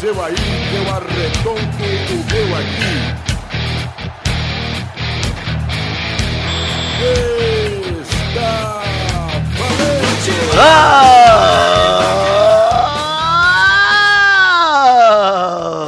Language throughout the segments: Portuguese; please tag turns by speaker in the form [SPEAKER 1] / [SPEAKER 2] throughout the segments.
[SPEAKER 1] seu aí, eu arredonto o meu aqui. Está valente!
[SPEAKER 2] Ah!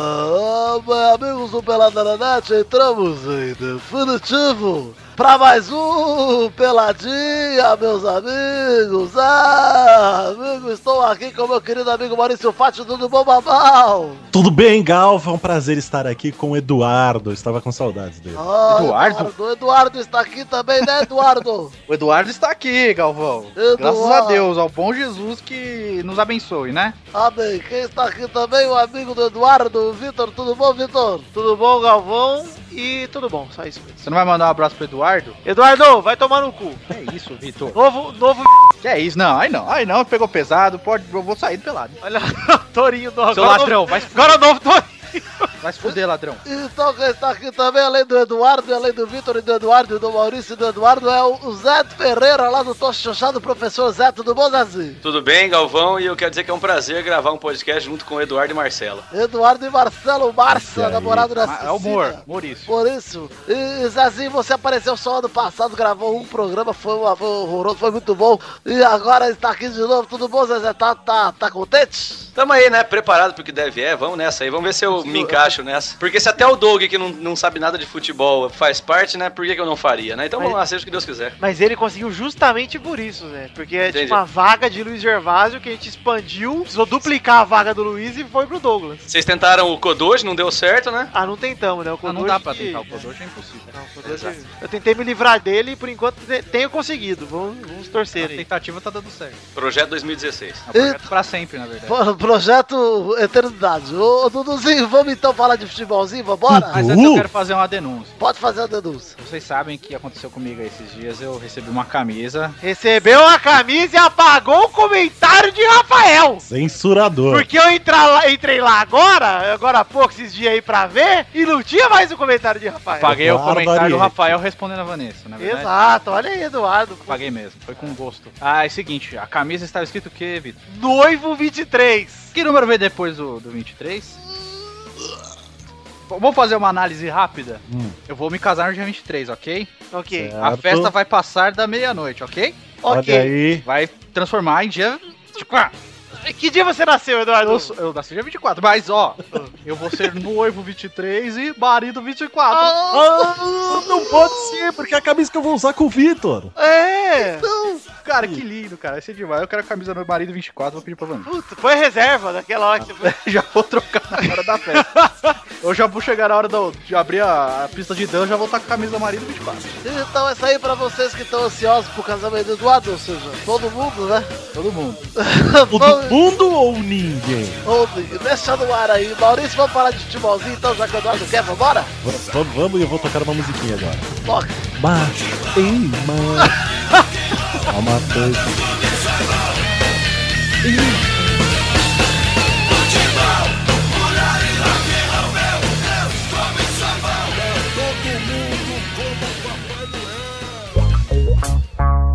[SPEAKER 2] Amigos do Pelada na Net, entramos em definitivo para mais um Peladinha, meus amigos. Ah, amigo, estou aqui com meu querido amigo Maurício Fátio, tudo bom, babau?
[SPEAKER 3] Tudo bem, Galva? É um prazer estar aqui com o Eduardo. Eu estava com saudades dele.
[SPEAKER 2] Ah,
[SPEAKER 4] Eduardo?
[SPEAKER 2] Eduardo? Eduardo está aqui também, né, Eduardo?
[SPEAKER 4] O Eduardo está aqui, Galvão.
[SPEAKER 2] Eduardo.
[SPEAKER 4] Graças a Deus, ao bom Jesus que nos abençoe, né?
[SPEAKER 2] Amém. Quem está aqui também, o amigo do Eduardo, o Vitor. Tudo bom, Vitor?
[SPEAKER 5] Tudo bom, Galvão? E tudo bom, só isso mesmo.
[SPEAKER 4] Você não vai mandar um abraço pro Eduardo?
[SPEAKER 5] Eduardo, vai tomar no cu.
[SPEAKER 4] Que é isso, Vitor?
[SPEAKER 5] Novo, novo.
[SPEAKER 4] Que é isso? Não, aí não, aí não, pegou pesado, pode, eu vou sair do pelado.
[SPEAKER 5] Olha, Torinho do
[SPEAKER 4] Seu
[SPEAKER 5] agora.
[SPEAKER 4] ladrão, vai, se
[SPEAKER 5] novo-
[SPEAKER 4] fu-
[SPEAKER 5] Agora é novo Torinho.
[SPEAKER 4] vai se fuder, ladrão.
[SPEAKER 2] Então quem está aqui também, além do Eduardo, e além do Vitor e do Eduardo, e do Maurício e do Eduardo, é o Zé Ferreira, lá do Tochochado, professor Zé, tudo bom, Zezinho?
[SPEAKER 6] Tudo bem, Galvão? E eu quero dizer que é um prazer gravar um podcast junto com o Eduardo e Marcela.
[SPEAKER 2] Eduardo e Marcelo Barça,
[SPEAKER 3] Olha aí.
[SPEAKER 2] namorado da
[SPEAKER 4] Ah,
[SPEAKER 2] Cecília.
[SPEAKER 4] É o Mor, Maurício.
[SPEAKER 2] Por isso, e Zezinho, você apareceu só ano passado, gravou um programa, foi, uma, foi horroroso, foi muito bom, e agora está aqui de novo, tudo bom, Zezé? Tá, tá, tá contente?
[SPEAKER 6] Tamo aí, né? Preparado pro que deve é. Vamos nessa aí. Vamos ver se eu me encaixo nessa. Porque se até o Doug, que não, não sabe nada de futebol, faz parte, né? Por que, que eu não faria, né? Então vamos lá, seja o que Deus quiser.
[SPEAKER 5] Mas ele conseguiu justamente por isso, né? Porque é
[SPEAKER 6] Entendi.
[SPEAKER 5] tipo uma vaga de Luiz Gervásio que a gente expandiu, precisou duplicar a vaga do Luiz e foi pro Douglas.
[SPEAKER 6] Vocês tentaram o Kodoji, não deu certo, né?
[SPEAKER 5] Ah, não tentamos, né? O
[SPEAKER 4] Ah, não
[SPEAKER 5] Kodoji
[SPEAKER 4] dá pra
[SPEAKER 5] que-
[SPEAKER 4] tentar, o Kodoji é impossível.
[SPEAKER 5] Não, o Kodoji... Eu tentei me livrar dele e por enquanto te- tenho conseguido. Vamos, vamos
[SPEAKER 4] A
[SPEAKER 5] torcer aí.
[SPEAKER 4] tentativa tá dando certo.
[SPEAKER 6] Projeto 2016.
[SPEAKER 4] É um projeto pra sempre, na verdade.
[SPEAKER 2] Pro- Projeto Eternidade. Ô, Duduzinho, vamos então falar de futebolzinho, vambora?
[SPEAKER 4] Mas antes eu
[SPEAKER 3] Uh!
[SPEAKER 4] quero fazer uma denúncia.
[SPEAKER 2] Pode fazer a denúncia.
[SPEAKER 4] Vocês sabem que aconteceu comigo aí esses dias, eu recebi uma camisa.
[SPEAKER 5] Recebeu a camisa e apagou o comentário de Rafael.
[SPEAKER 3] Censurador.
[SPEAKER 5] Porque eu entrar lá- entrei lá agora, agora há pouco, esses dias aí pra ver, e não tinha mais o comentário de
[SPEAKER 3] É
[SPEAKER 5] Rafael.
[SPEAKER 4] Paguei o comentário do
[SPEAKER 3] Barbarie.
[SPEAKER 4] Rafael respondendo a Vanessa, na verdade.
[SPEAKER 5] Exato, olha aí, Eduardo.
[SPEAKER 4] Paguei mesmo, foi com gosto. Ah, é o seguinte, a camisa estava escrito o quê, Vitor?
[SPEAKER 5] Noivo 23.
[SPEAKER 4] Que número veio depois do, do 23? Bom, Vamos fazer uma análise rápida?
[SPEAKER 3] Hum.
[SPEAKER 4] Eu vou me casar no dia 23, ok?
[SPEAKER 5] Ok,
[SPEAKER 3] Certo.
[SPEAKER 4] A festa vai passar da meia-noite, ok?
[SPEAKER 3] Olha
[SPEAKER 5] ok.
[SPEAKER 3] aí.
[SPEAKER 4] Vai transformar em dia 24.
[SPEAKER 5] Que dia você nasceu, Eduardo?
[SPEAKER 4] É. Eu, sou- eu nasci dia 24, mas ó, eu vou ser noivo 23 e marido 24.
[SPEAKER 3] Ah, não pode ser, porque é a camisa que eu vou usar com o Vitor.
[SPEAKER 5] É.
[SPEAKER 4] Cara, que lindo, cara. Vai ser demais. Eu quero a camisa do meu marido 24, vou pedir pra Vanessa.
[SPEAKER 5] Puta, foi reserva daquela hora que você foi.
[SPEAKER 4] já vou trocar na hora da festa. eu já vou chegar na hora da, de abrir a, a pista de dança, já vou estar com a camisa do marido 24.
[SPEAKER 2] Então é isso aí pra vocês que estão ansiosos pro casamento do Eduardo, ou seja, todo mundo, né?
[SPEAKER 4] Todo mundo.
[SPEAKER 3] Todo mundo ou ninguém?
[SPEAKER 2] Ontem, deixa no ar aí. Maurício, vamos falar de futebolzinho então, já que o Eduardo quer, vambora?
[SPEAKER 3] V- Vamos, vamos e eu vou tocar uma musiquinha agora.
[SPEAKER 2] Toca.
[SPEAKER 3] Bate em mão. Calma, coisa.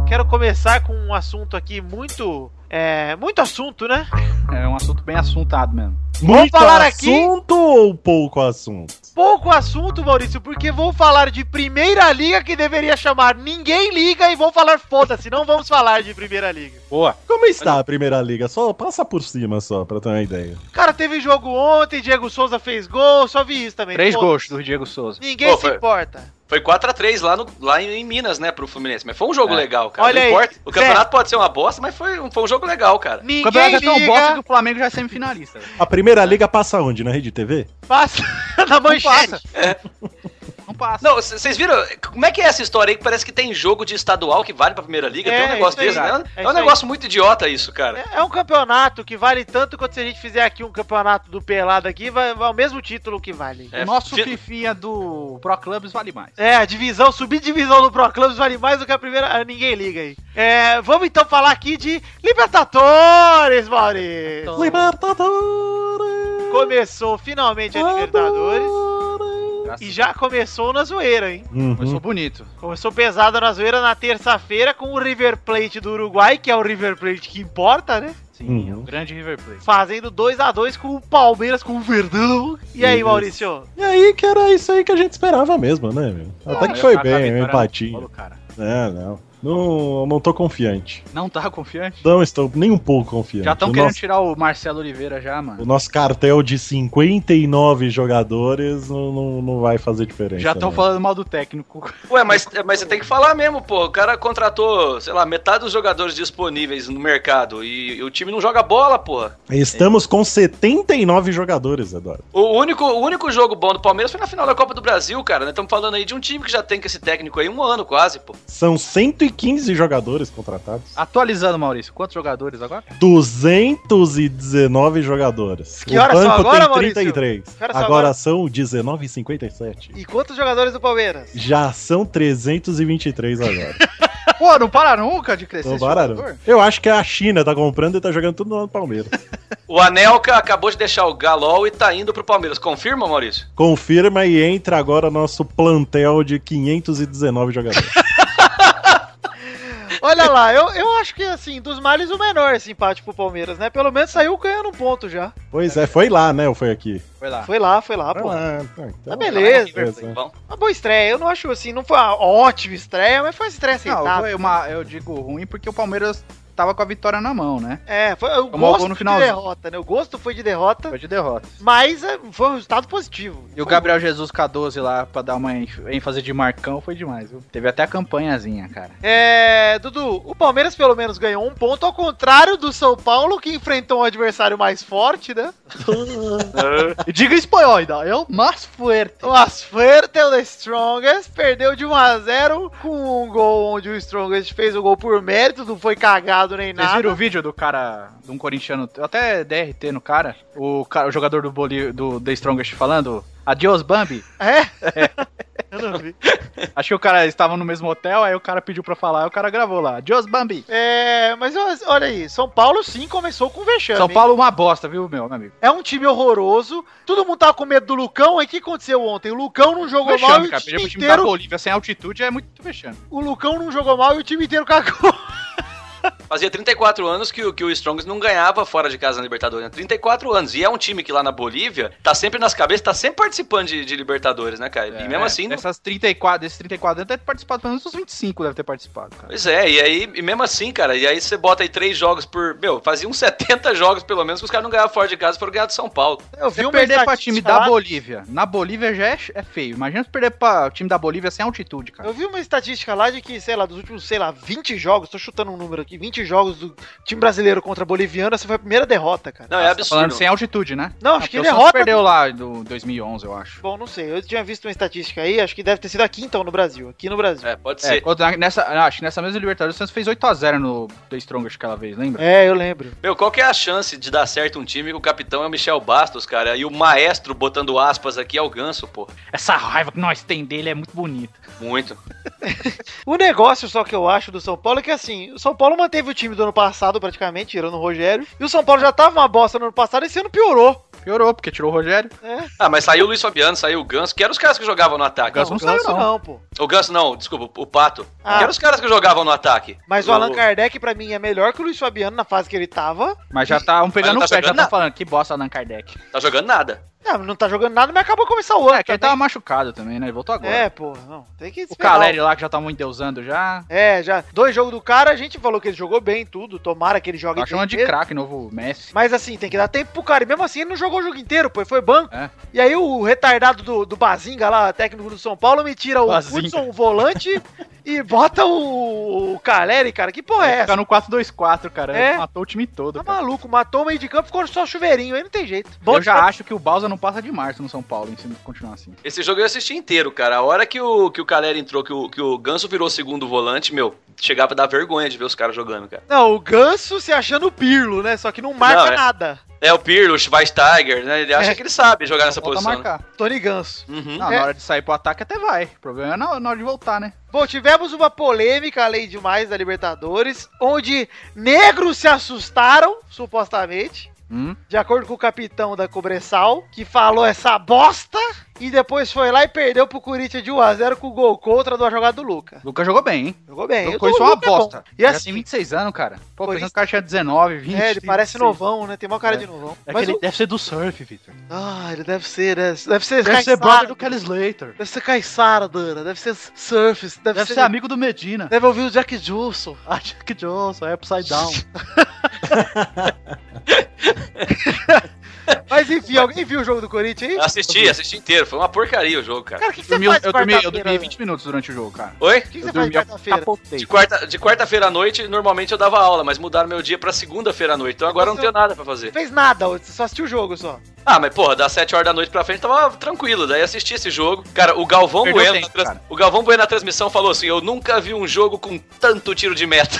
[SPEAKER 5] Quero começar com um assunto aqui muito. É. Muito assunto, né?
[SPEAKER 4] É um assunto bem assuntado mesmo.
[SPEAKER 3] Muito
[SPEAKER 5] falar aqui-
[SPEAKER 3] assunto ou pouco assunto?
[SPEAKER 5] Pouco assunto, Maurício, porque vou falar de primeira liga que deveria chamar Ninguém Liga e vou falar foda-se, não vamos falar de primeira liga.
[SPEAKER 4] Boa.
[SPEAKER 3] Como está a primeira liga? Só passa por cima só, pra ter uma ideia.
[SPEAKER 5] Cara, teve jogo ontem, Diego Souza fez gol, só vi isso também.
[SPEAKER 4] Três
[SPEAKER 5] Pô,
[SPEAKER 4] gols do Diego Souza.
[SPEAKER 5] Ninguém
[SPEAKER 6] Pô,
[SPEAKER 5] se
[SPEAKER 6] foi-
[SPEAKER 5] importa.
[SPEAKER 6] Foi 4x3 lá, no- lá em em Minas, né, pro Fluminense. Mas foi um jogo
[SPEAKER 4] É.
[SPEAKER 6] legal, cara.
[SPEAKER 5] Olha
[SPEAKER 6] não
[SPEAKER 5] aí.
[SPEAKER 6] importa. O
[SPEAKER 5] Zé.
[SPEAKER 6] campeonato pode ser uma bosta, mas foi, um- foi um jogo legal, cara.
[SPEAKER 4] O
[SPEAKER 5] Ninguém
[SPEAKER 4] campeonato é
[SPEAKER 5] liga,
[SPEAKER 4] tão bosta que o Flamengo já é semifinalista. velho.
[SPEAKER 3] A primeira liga passa onde? Na rede TV?
[SPEAKER 5] passa na manchete.
[SPEAKER 4] passa. Não passa.
[SPEAKER 6] Não, c- vocês viram? Como é que é essa história aí que parece que tem jogo de estadual que vale pra primeira liga?
[SPEAKER 5] É,
[SPEAKER 6] tem um negócio
[SPEAKER 5] é isso
[SPEAKER 6] desse,
[SPEAKER 5] aí,
[SPEAKER 6] né?
[SPEAKER 5] cara. É
[SPEAKER 6] É,
[SPEAKER 5] isso
[SPEAKER 6] um
[SPEAKER 5] aí.
[SPEAKER 6] negócio muito idiota isso, cara.
[SPEAKER 5] É é um campeonato que vale tanto quanto se a gente fizer aqui um campeonato do Pelado aqui, vai, vai o mesmo título que vale.
[SPEAKER 6] É,
[SPEAKER 4] o nosso
[SPEAKER 6] fi-
[SPEAKER 4] fifinha do Pro Clubs vale mais.
[SPEAKER 5] É, a divisão, subdivisão do Pro Clubs vale mais do que a primeira. ah, Ninguém liga aí. É, vamos então falar aqui de Libertadores,
[SPEAKER 4] Então,
[SPEAKER 5] Maurício.
[SPEAKER 3] Libertadores!
[SPEAKER 5] Começou finalmente a Libertadores.
[SPEAKER 6] Nossa.
[SPEAKER 5] E já começou na zoeira, hein?
[SPEAKER 4] Começou
[SPEAKER 3] Uhum.
[SPEAKER 4] bonito.
[SPEAKER 5] Começou pesada na zoeira na terça-feira com o River Plate do Uruguai, que é o River Plate que importa, né?
[SPEAKER 4] Sim, é
[SPEAKER 3] Uhum.
[SPEAKER 4] um grande River Plate.
[SPEAKER 5] Fazendo 2 a 2 com o Palmeiras, com o Verdão. E aí,
[SPEAKER 3] Isso.
[SPEAKER 5] Maurício?
[SPEAKER 3] E aí que era isso aí que a gente esperava mesmo, né, meu? Até
[SPEAKER 5] Ah,
[SPEAKER 3] que foi
[SPEAKER 4] tá
[SPEAKER 3] bem,
[SPEAKER 5] né?
[SPEAKER 3] um empatinho.
[SPEAKER 4] Paulo, cara.
[SPEAKER 3] É, não. Não, não tô confiante.
[SPEAKER 4] Não tá confiante?
[SPEAKER 3] Não estou nem um pouco confiante.
[SPEAKER 4] Já estão
[SPEAKER 3] O
[SPEAKER 4] querendo
[SPEAKER 3] nosso-
[SPEAKER 4] tirar o Marcelo Oliveira já, mano.
[SPEAKER 3] O nosso cartel de 59 jogadores não, não, não vai fazer diferença.
[SPEAKER 4] Já estão
[SPEAKER 3] né?
[SPEAKER 4] falando mal do técnico.
[SPEAKER 6] Ué, mas, é, mas você tem que falar mesmo, pô. O cara contratou, sei lá, metade dos jogadores disponíveis no mercado e, e o time não joga bola, porra.
[SPEAKER 3] Estamos com 79 jogadores, Eduardo.
[SPEAKER 6] O único, o único jogo bom do Palmeiras foi na final da Copa do Brasil, cara. Nós estamos falando aí de um time que já tem com esse técnico aí um ano quase, pô.
[SPEAKER 3] São 115 jogadores contratados.
[SPEAKER 4] Atualizando, Maurício, quantos jogadores agora?
[SPEAKER 3] 219 jogadores.
[SPEAKER 5] Que horas são agora, Maurício? Que horas
[SPEAKER 3] Agora,
[SPEAKER 5] são
[SPEAKER 3] são 19h57.
[SPEAKER 5] E quantos jogadores do Palmeiras?
[SPEAKER 3] Já são 323 agora.
[SPEAKER 4] Pô, não para nunca de crescer
[SPEAKER 3] Não
[SPEAKER 4] esse
[SPEAKER 3] pararam.
[SPEAKER 4] jogador?
[SPEAKER 3] Eu acho que a China tá comprando e tá jogando tudo no Palmeiras.
[SPEAKER 6] O Anelka acabou de deixar o Galol e tá indo pro Palmeiras. Confirma, Maurício?
[SPEAKER 3] Confirma e entra agora nosso plantel de 519 jogadores.
[SPEAKER 5] Olha lá, eu, eu acho que, assim, dos males o menor esse empate pro Palmeiras, né? Pelo menos saiu ganhando um ponto já.
[SPEAKER 3] pois é, foi lá, né? Ou foi aqui?
[SPEAKER 4] Foi lá.
[SPEAKER 5] Foi lá, foi lá,
[SPEAKER 3] Foi
[SPEAKER 5] pô.
[SPEAKER 3] lá. Tá, então,
[SPEAKER 5] Tá beleza.
[SPEAKER 3] beleza.
[SPEAKER 6] Bom,
[SPEAKER 5] Uma boa estreia. Eu não acho, assim, não foi uma ótima estreia, mas foi uma estreia
[SPEAKER 4] Não,
[SPEAKER 5] aceitável.
[SPEAKER 4] foi uma, eu digo ruim porque o Palmeiras tava com a vitória na mão, né?
[SPEAKER 5] É, foi o
[SPEAKER 4] Tomou
[SPEAKER 5] gosto
[SPEAKER 4] gol no
[SPEAKER 5] de
[SPEAKER 4] finalzinho.
[SPEAKER 5] derrota, né? O gosto foi de derrota,
[SPEAKER 4] Foi de derrota.
[SPEAKER 5] mas é, foi um resultado positivo.
[SPEAKER 4] E o Gabriel Jesus K12 lá pra dar uma ênf- ênfase de Marcão foi demais, viu? Teve até a campanhazinha, cara.
[SPEAKER 5] É, Dudu, o Palmeiras pelo menos ganhou um ponto, ao contrário do São Paulo, que enfrentou um adversário mais forte, né?
[SPEAKER 4] Diga espanhol ainda, eu mas fuerte.
[SPEAKER 5] O Asferte, o The Strongest, perdeu de 1 a 0 com um gol onde o Strongest fez o gol por mérito, não foi cagado nem
[SPEAKER 4] Vocês viram o
[SPEAKER 5] nada.
[SPEAKER 4] vídeo do cara, de um corintiano, eu até DRT no cara, o, cara, o jogador do, Boli, do The Strongest falando, adiós Bambi.
[SPEAKER 5] É? Eu não vi.
[SPEAKER 4] Acho que o cara estavam no mesmo hotel, aí o cara pediu pra falar, aí o cara gravou lá, adiós Bambi.
[SPEAKER 5] É, mas ó, olha aí, São Paulo sim começou com vexame.
[SPEAKER 4] São
[SPEAKER 5] hein?
[SPEAKER 4] Paulo é uma bosta, viu, meu meu amigo?
[SPEAKER 5] É um time horroroso. Todo mundo tava com medo do Lucão. E o que aconteceu ontem? O Lucão não jogou mal
[SPEAKER 4] Vexame,
[SPEAKER 5] e o
[SPEAKER 4] cara. Perder
[SPEAKER 5] time
[SPEAKER 4] pro time da
[SPEAKER 5] inteiro.
[SPEAKER 4] Bolívia sem altitude é muito vexame.
[SPEAKER 5] O Lucão não jogou mal e o time inteiro cagou.
[SPEAKER 6] fazia 34 anos que, o- que o Strongs não ganhava fora de casa na Libertadores. né? 34 anos. E é um time que lá na Bolívia tá sempre nas cabeças, tá sempre participando de, de Libertadores, né, cara?
[SPEAKER 4] É,
[SPEAKER 6] e mesmo assim, não-
[SPEAKER 4] Essas 34, desses 34 deve ter participado, pelo menos uns 25 deve ter participado, cara.
[SPEAKER 6] Pois é, e aí, e mesmo assim, cara, e aí você bota aí três jogos por. Meu, fazia uns 70 jogos pelo menos que os caras não ganhavam fora de casa, foram ganhar do São Paulo.
[SPEAKER 5] Eu
[SPEAKER 4] Se perder pra time da Bolívia, na Bolívia já é, é feio. Imagina se perder pra time da Bolívia sem altitude, cara.
[SPEAKER 5] Eu vi uma estatística lá de que, sei lá, dos últimos, sei lá, 20 jogos, tô chutando um número aqui, 20 jogos do time brasileiro contra boliviano, essa foi a primeira derrota, cara.
[SPEAKER 6] Não, é
[SPEAKER 4] Você tá falando
[SPEAKER 6] absurdo.
[SPEAKER 4] sem altitude, né?
[SPEAKER 5] Não, acho que
[SPEAKER 4] porque o Santos
[SPEAKER 5] derrota-
[SPEAKER 4] perdeu lá do 2011, eu acho.
[SPEAKER 5] Bom, não sei, eu tinha visto uma estatística aí, acho que deve ter sido aqui então, no Brasil, aqui no Brasil.
[SPEAKER 6] É, pode
[SPEAKER 4] É,
[SPEAKER 6] ser.
[SPEAKER 4] quando- nessa, acho que nessa mesma Libertadores o Santos fez 8x0 no The Strongest aquela vez, lembra?
[SPEAKER 5] É, eu lembro.
[SPEAKER 6] Meu, qual que é a chance de dar certo um time que o capitão é o Michel Bastos, cara? E o maestro botando aspas aqui é o ganso, pô.
[SPEAKER 4] Essa raiva que nós tem dele é muito bonita.
[SPEAKER 6] Muito.
[SPEAKER 5] O negócio só que eu acho do São Paulo é que assim, o São Paulo manteve o time do ano passado praticamente, tirando o Rogério, e o São Paulo já tava uma bosta no ano passado e esse ano piorou.
[SPEAKER 4] Piorou, porque tirou o Rogério.
[SPEAKER 6] Ah, mas saiu o Luiz Fabiano, saiu o Ganso, que eram os caras que jogavam no ataque.
[SPEAKER 4] Ganso não saiu,
[SPEAKER 5] Ganso
[SPEAKER 4] não.
[SPEAKER 5] pô.
[SPEAKER 6] O Ganso não, desculpa, o Pato.
[SPEAKER 5] Ah.
[SPEAKER 6] Que eram os caras que jogavam no ataque.
[SPEAKER 5] Mas o Allan Kardec, pra mim, é melhor que o Luiz Fabiano na fase que ele tava.
[SPEAKER 4] Mas já tá um pegando
[SPEAKER 6] Mas não tá
[SPEAKER 4] o pé, já
[SPEAKER 6] jogando
[SPEAKER 4] tá
[SPEAKER 6] nada.
[SPEAKER 4] falando que bosta Allan Kardec.
[SPEAKER 6] Tá jogando nada.
[SPEAKER 5] Não, não tá jogando nada, mas acabou de começar o ano.
[SPEAKER 4] É, que ele
[SPEAKER 5] também.
[SPEAKER 4] tava machucado também, né? Ele voltou agora.
[SPEAKER 5] É, pô, não. Tem que
[SPEAKER 4] O
[SPEAKER 5] esperar.
[SPEAKER 4] Caleri lá que já tá muito deusando já.
[SPEAKER 5] É, já. Dois jogos do cara, a gente falou que ele jogou bem, tudo. Tomara que ele jogue
[SPEAKER 4] Tá chamando de
[SPEAKER 5] inteiro.
[SPEAKER 4] craque, novo Messi.
[SPEAKER 5] Mas assim, tem que dar tempo pro cara. E mesmo assim, ele não jogou o jogo inteiro, pô. Ele foi banco.
[SPEAKER 4] É.
[SPEAKER 5] E aí o retardado do, do Bazinga lá, técnico do São Paulo, me tira o
[SPEAKER 4] Bazinga.
[SPEAKER 5] Hudson, o volante, e bota o, o Caleri, cara. Que porra é
[SPEAKER 4] Fica
[SPEAKER 5] essa?
[SPEAKER 4] no 4-2-4, cara.
[SPEAKER 5] É.
[SPEAKER 4] Matou o time todo.
[SPEAKER 5] Tá
[SPEAKER 4] Cara.
[SPEAKER 5] maluco, matou o meio de campo, ficou só chuveirinho, aí não tem jeito.
[SPEAKER 4] Eu
[SPEAKER 5] Bom,
[SPEAKER 4] já acho que o Balsa não passa de março no São Paulo, hein, se continuar assim.
[SPEAKER 6] Esse jogo eu assisti inteiro, cara. A hora que o, que o Calera entrou, que o, que o Ganso virou segundo volante, meu, chegava a dar vergonha de ver os caras jogando, cara.
[SPEAKER 5] Não, o Ganso se achando o Pirlo, né? Só que não marca
[SPEAKER 6] Não, é.
[SPEAKER 5] nada.
[SPEAKER 6] É o Pirlo, o Schweinsteiger, né? Ele acha
[SPEAKER 5] É.
[SPEAKER 6] que ele sabe jogar nessa
[SPEAKER 4] Falta
[SPEAKER 6] posição. né?
[SPEAKER 4] marcar.
[SPEAKER 5] Tony Ganso.
[SPEAKER 6] Uhum.
[SPEAKER 4] Não,
[SPEAKER 5] Hum? É.
[SPEAKER 4] na hora de sair pro ataque até vai. O problema é na, na hora de voltar, né?
[SPEAKER 5] Bom, tivemos uma polêmica além demais da Libertadores, onde negros se assustaram, supostamente.
[SPEAKER 4] Hum?
[SPEAKER 5] de acordo com o capitão da Cobressal, que falou essa bosta e depois foi lá e perdeu pro Corinthians de 1x0 com o gol contra do jogada do Luca.
[SPEAKER 4] Luca jogou bem, hein?
[SPEAKER 5] Jogou bem.
[SPEAKER 4] Eu
[SPEAKER 5] O
[SPEAKER 4] conheço
[SPEAKER 5] do
[SPEAKER 4] Então uma
[SPEAKER 5] Luca é bom.
[SPEAKER 4] bosta.
[SPEAKER 5] E
[SPEAKER 4] Já tem
[SPEAKER 5] assim,
[SPEAKER 4] 26 anos, cara. Pô,
[SPEAKER 5] Por
[SPEAKER 4] pensando
[SPEAKER 5] isso-
[SPEAKER 4] que o cara tinha 19, 20.
[SPEAKER 5] é, ele parece
[SPEAKER 4] 26.
[SPEAKER 5] novão, né? Tem maior cara de novão.
[SPEAKER 7] É
[SPEAKER 5] Mas
[SPEAKER 7] que ele
[SPEAKER 5] o-
[SPEAKER 7] deve ser do surf, Victor.
[SPEAKER 5] Ah, ele deve ser, né? Deve ser
[SPEAKER 7] Deve ser
[SPEAKER 5] caiçara.
[SPEAKER 7] brother do Kelly Slater.
[SPEAKER 5] Deve ser Caissara, Dana. Deve ser Surf. Deve,
[SPEAKER 7] Deve
[SPEAKER 5] ser...
[SPEAKER 7] ser amigo do Medina.
[SPEAKER 5] Deve ouvir o Jack Johnson.
[SPEAKER 7] Ah, Jack Johnson, é Upside Down.
[SPEAKER 5] Mas enfim, alguém viu o jogo do Corinthians aí?
[SPEAKER 7] Ah,
[SPEAKER 6] Assisti, assisti inteiro. Foi uma porcaria o jogo, cara.
[SPEAKER 5] Cara, o que, que você
[SPEAKER 4] Dormi-
[SPEAKER 5] faz
[SPEAKER 4] eu, dormi, eu
[SPEAKER 5] quarta-feira, né?
[SPEAKER 4] dormi
[SPEAKER 5] velho?
[SPEAKER 4] 20 minutos durante o jogo, cara.
[SPEAKER 6] Oi?
[SPEAKER 5] O que, que
[SPEAKER 4] eu
[SPEAKER 5] você faz
[SPEAKER 4] dormi, eu
[SPEAKER 5] quarta-feira?
[SPEAKER 6] De quarta- de quarta-feira à noite, normalmente eu dava aula, mas mudaram meu dia pra segunda-feira à noite. Então agora eu não tenho nada pra fazer.
[SPEAKER 5] Não fez nada, hoje, você só assistiu o jogo só.
[SPEAKER 6] Ah, mas porra, das 7 horas da noite pra frente tava tranquilo. Daí assisti esse jogo. Cara, o Galvão
[SPEAKER 4] Perdeu
[SPEAKER 6] Bueno.
[SPEAKER 4] tempo,
[SPEAKER 6] na trans-
[SPEAKER 4] cara.
[SPEAKER 6] O Galvão Bueno na transmissão falou assim: Eu nunca vi um jogo com tanto tiro de meta.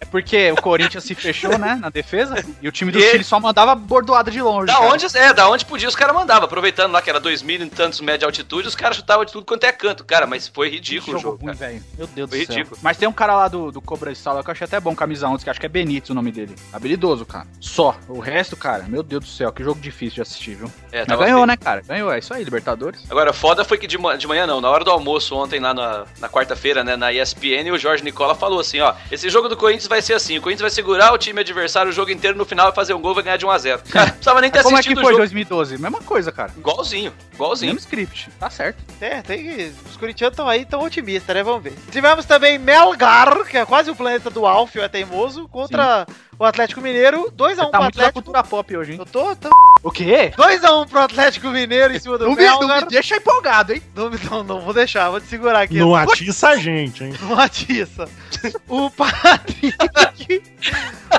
[SPEAKER 4] É porque o Corinthians se fechou, né? Na defesa. E o time do
[SPEAKER 6] E-
[SPEAKER 4] Chile só mandava bordoada de longe.
[SPEAKER 6] da
[SPEAKER 4] cara.
[SPEAKER 6] onde, é, da onde podia, os caras mandavam. Aproveitando lá que era 2 mil e tantos média altitude, os caras chutavam de tudo quanto é canto. Cara, mas foi
[SPEAKER 4] Jogo
[SPEAKER 6] ridículo o jogo.
[SPEAKER 4] ruim,
[SPEAKER 6] Cara.
[SPEAKER 4] velho. Meu Deus
[SPEAKER 6] Foi
[SPEAKER 4] do céu.
[SPEAKER 6] ridículo.
[SPEAKER 4] Mas tem um cara lá do, do Cobra de Sala que eu achei até bom, camisa 11, que acho que é Benítez o nome dele. Habilidoso, cara. Só. O resto, cara, meu Deus do céu, que jogo difícil de assistir, viu?
[SPEAKER 6] É,
[SPEAKER 4] Mas
[SPEAKER 6] tava
[SPEAKER 4] ganhou,
[SPEAKER 6] feio.
[SPEAKER 4] né, cara? Ganhou, é isso aí, Libertadores.
[SPEAKER 6] Agora, foda foi que de, ma- de manhã não, na hora do almoço ontem lá na, na quarta-feira, né, na ESPN, o Jorge Nicola falou assim, ó, esse jogo do Corinthians vai ser assim, o Corinthians vai segurar o time adversário o jogo inteiro no final vai fazer um gol, vai ganhar de 1 a 0. Cara, não precisava nem ter
[SPEAKER 4] Mas como é que
[SPEAKER 6] assistido
[SPEAKER 4] foi
[SPEAKER 6] o jogo.
[SPEAKER 4] 2012? Mesma coisa, cara.
[SPEAKER 6] Igualzinho, igualzinho.
[SPEAKER 4] Mesmo script, tá certo.
[SPEAKER 5] É, tem que... Os corintianos estão aí tão otimistas, né? Vamos ver. Tivemos também Melgar, que é quase o planeta do Alfio, é teimoso, contra o Atlético Mineiro. 2x1
[SPEAKER 4] Tá
[SPEAKER 5] pro
[SPEAKER 4] muito da
[SPEAKER 5] Atlético.
[SPEAKER 4] cultura pop hoje, hein?
[SPEAKER 5] Eu tô, tô...
[SPEAKER 4] O quê?
[SPEAKER 5] 2x1 pro Atlético Mineiro em cima do
[SPEAKER 4] Não me, não
[SPEAKER 5] Melgar.
[SPEAKER 4] me deixa empolgado, hein?
[SPEAKER 5] Não, me- não, não, vou deixar, vou te segurar aqui.
[SPEAKER 3] Não atiça a gente, hein?
[SPEAKER 5] Não atiça. O Patrick.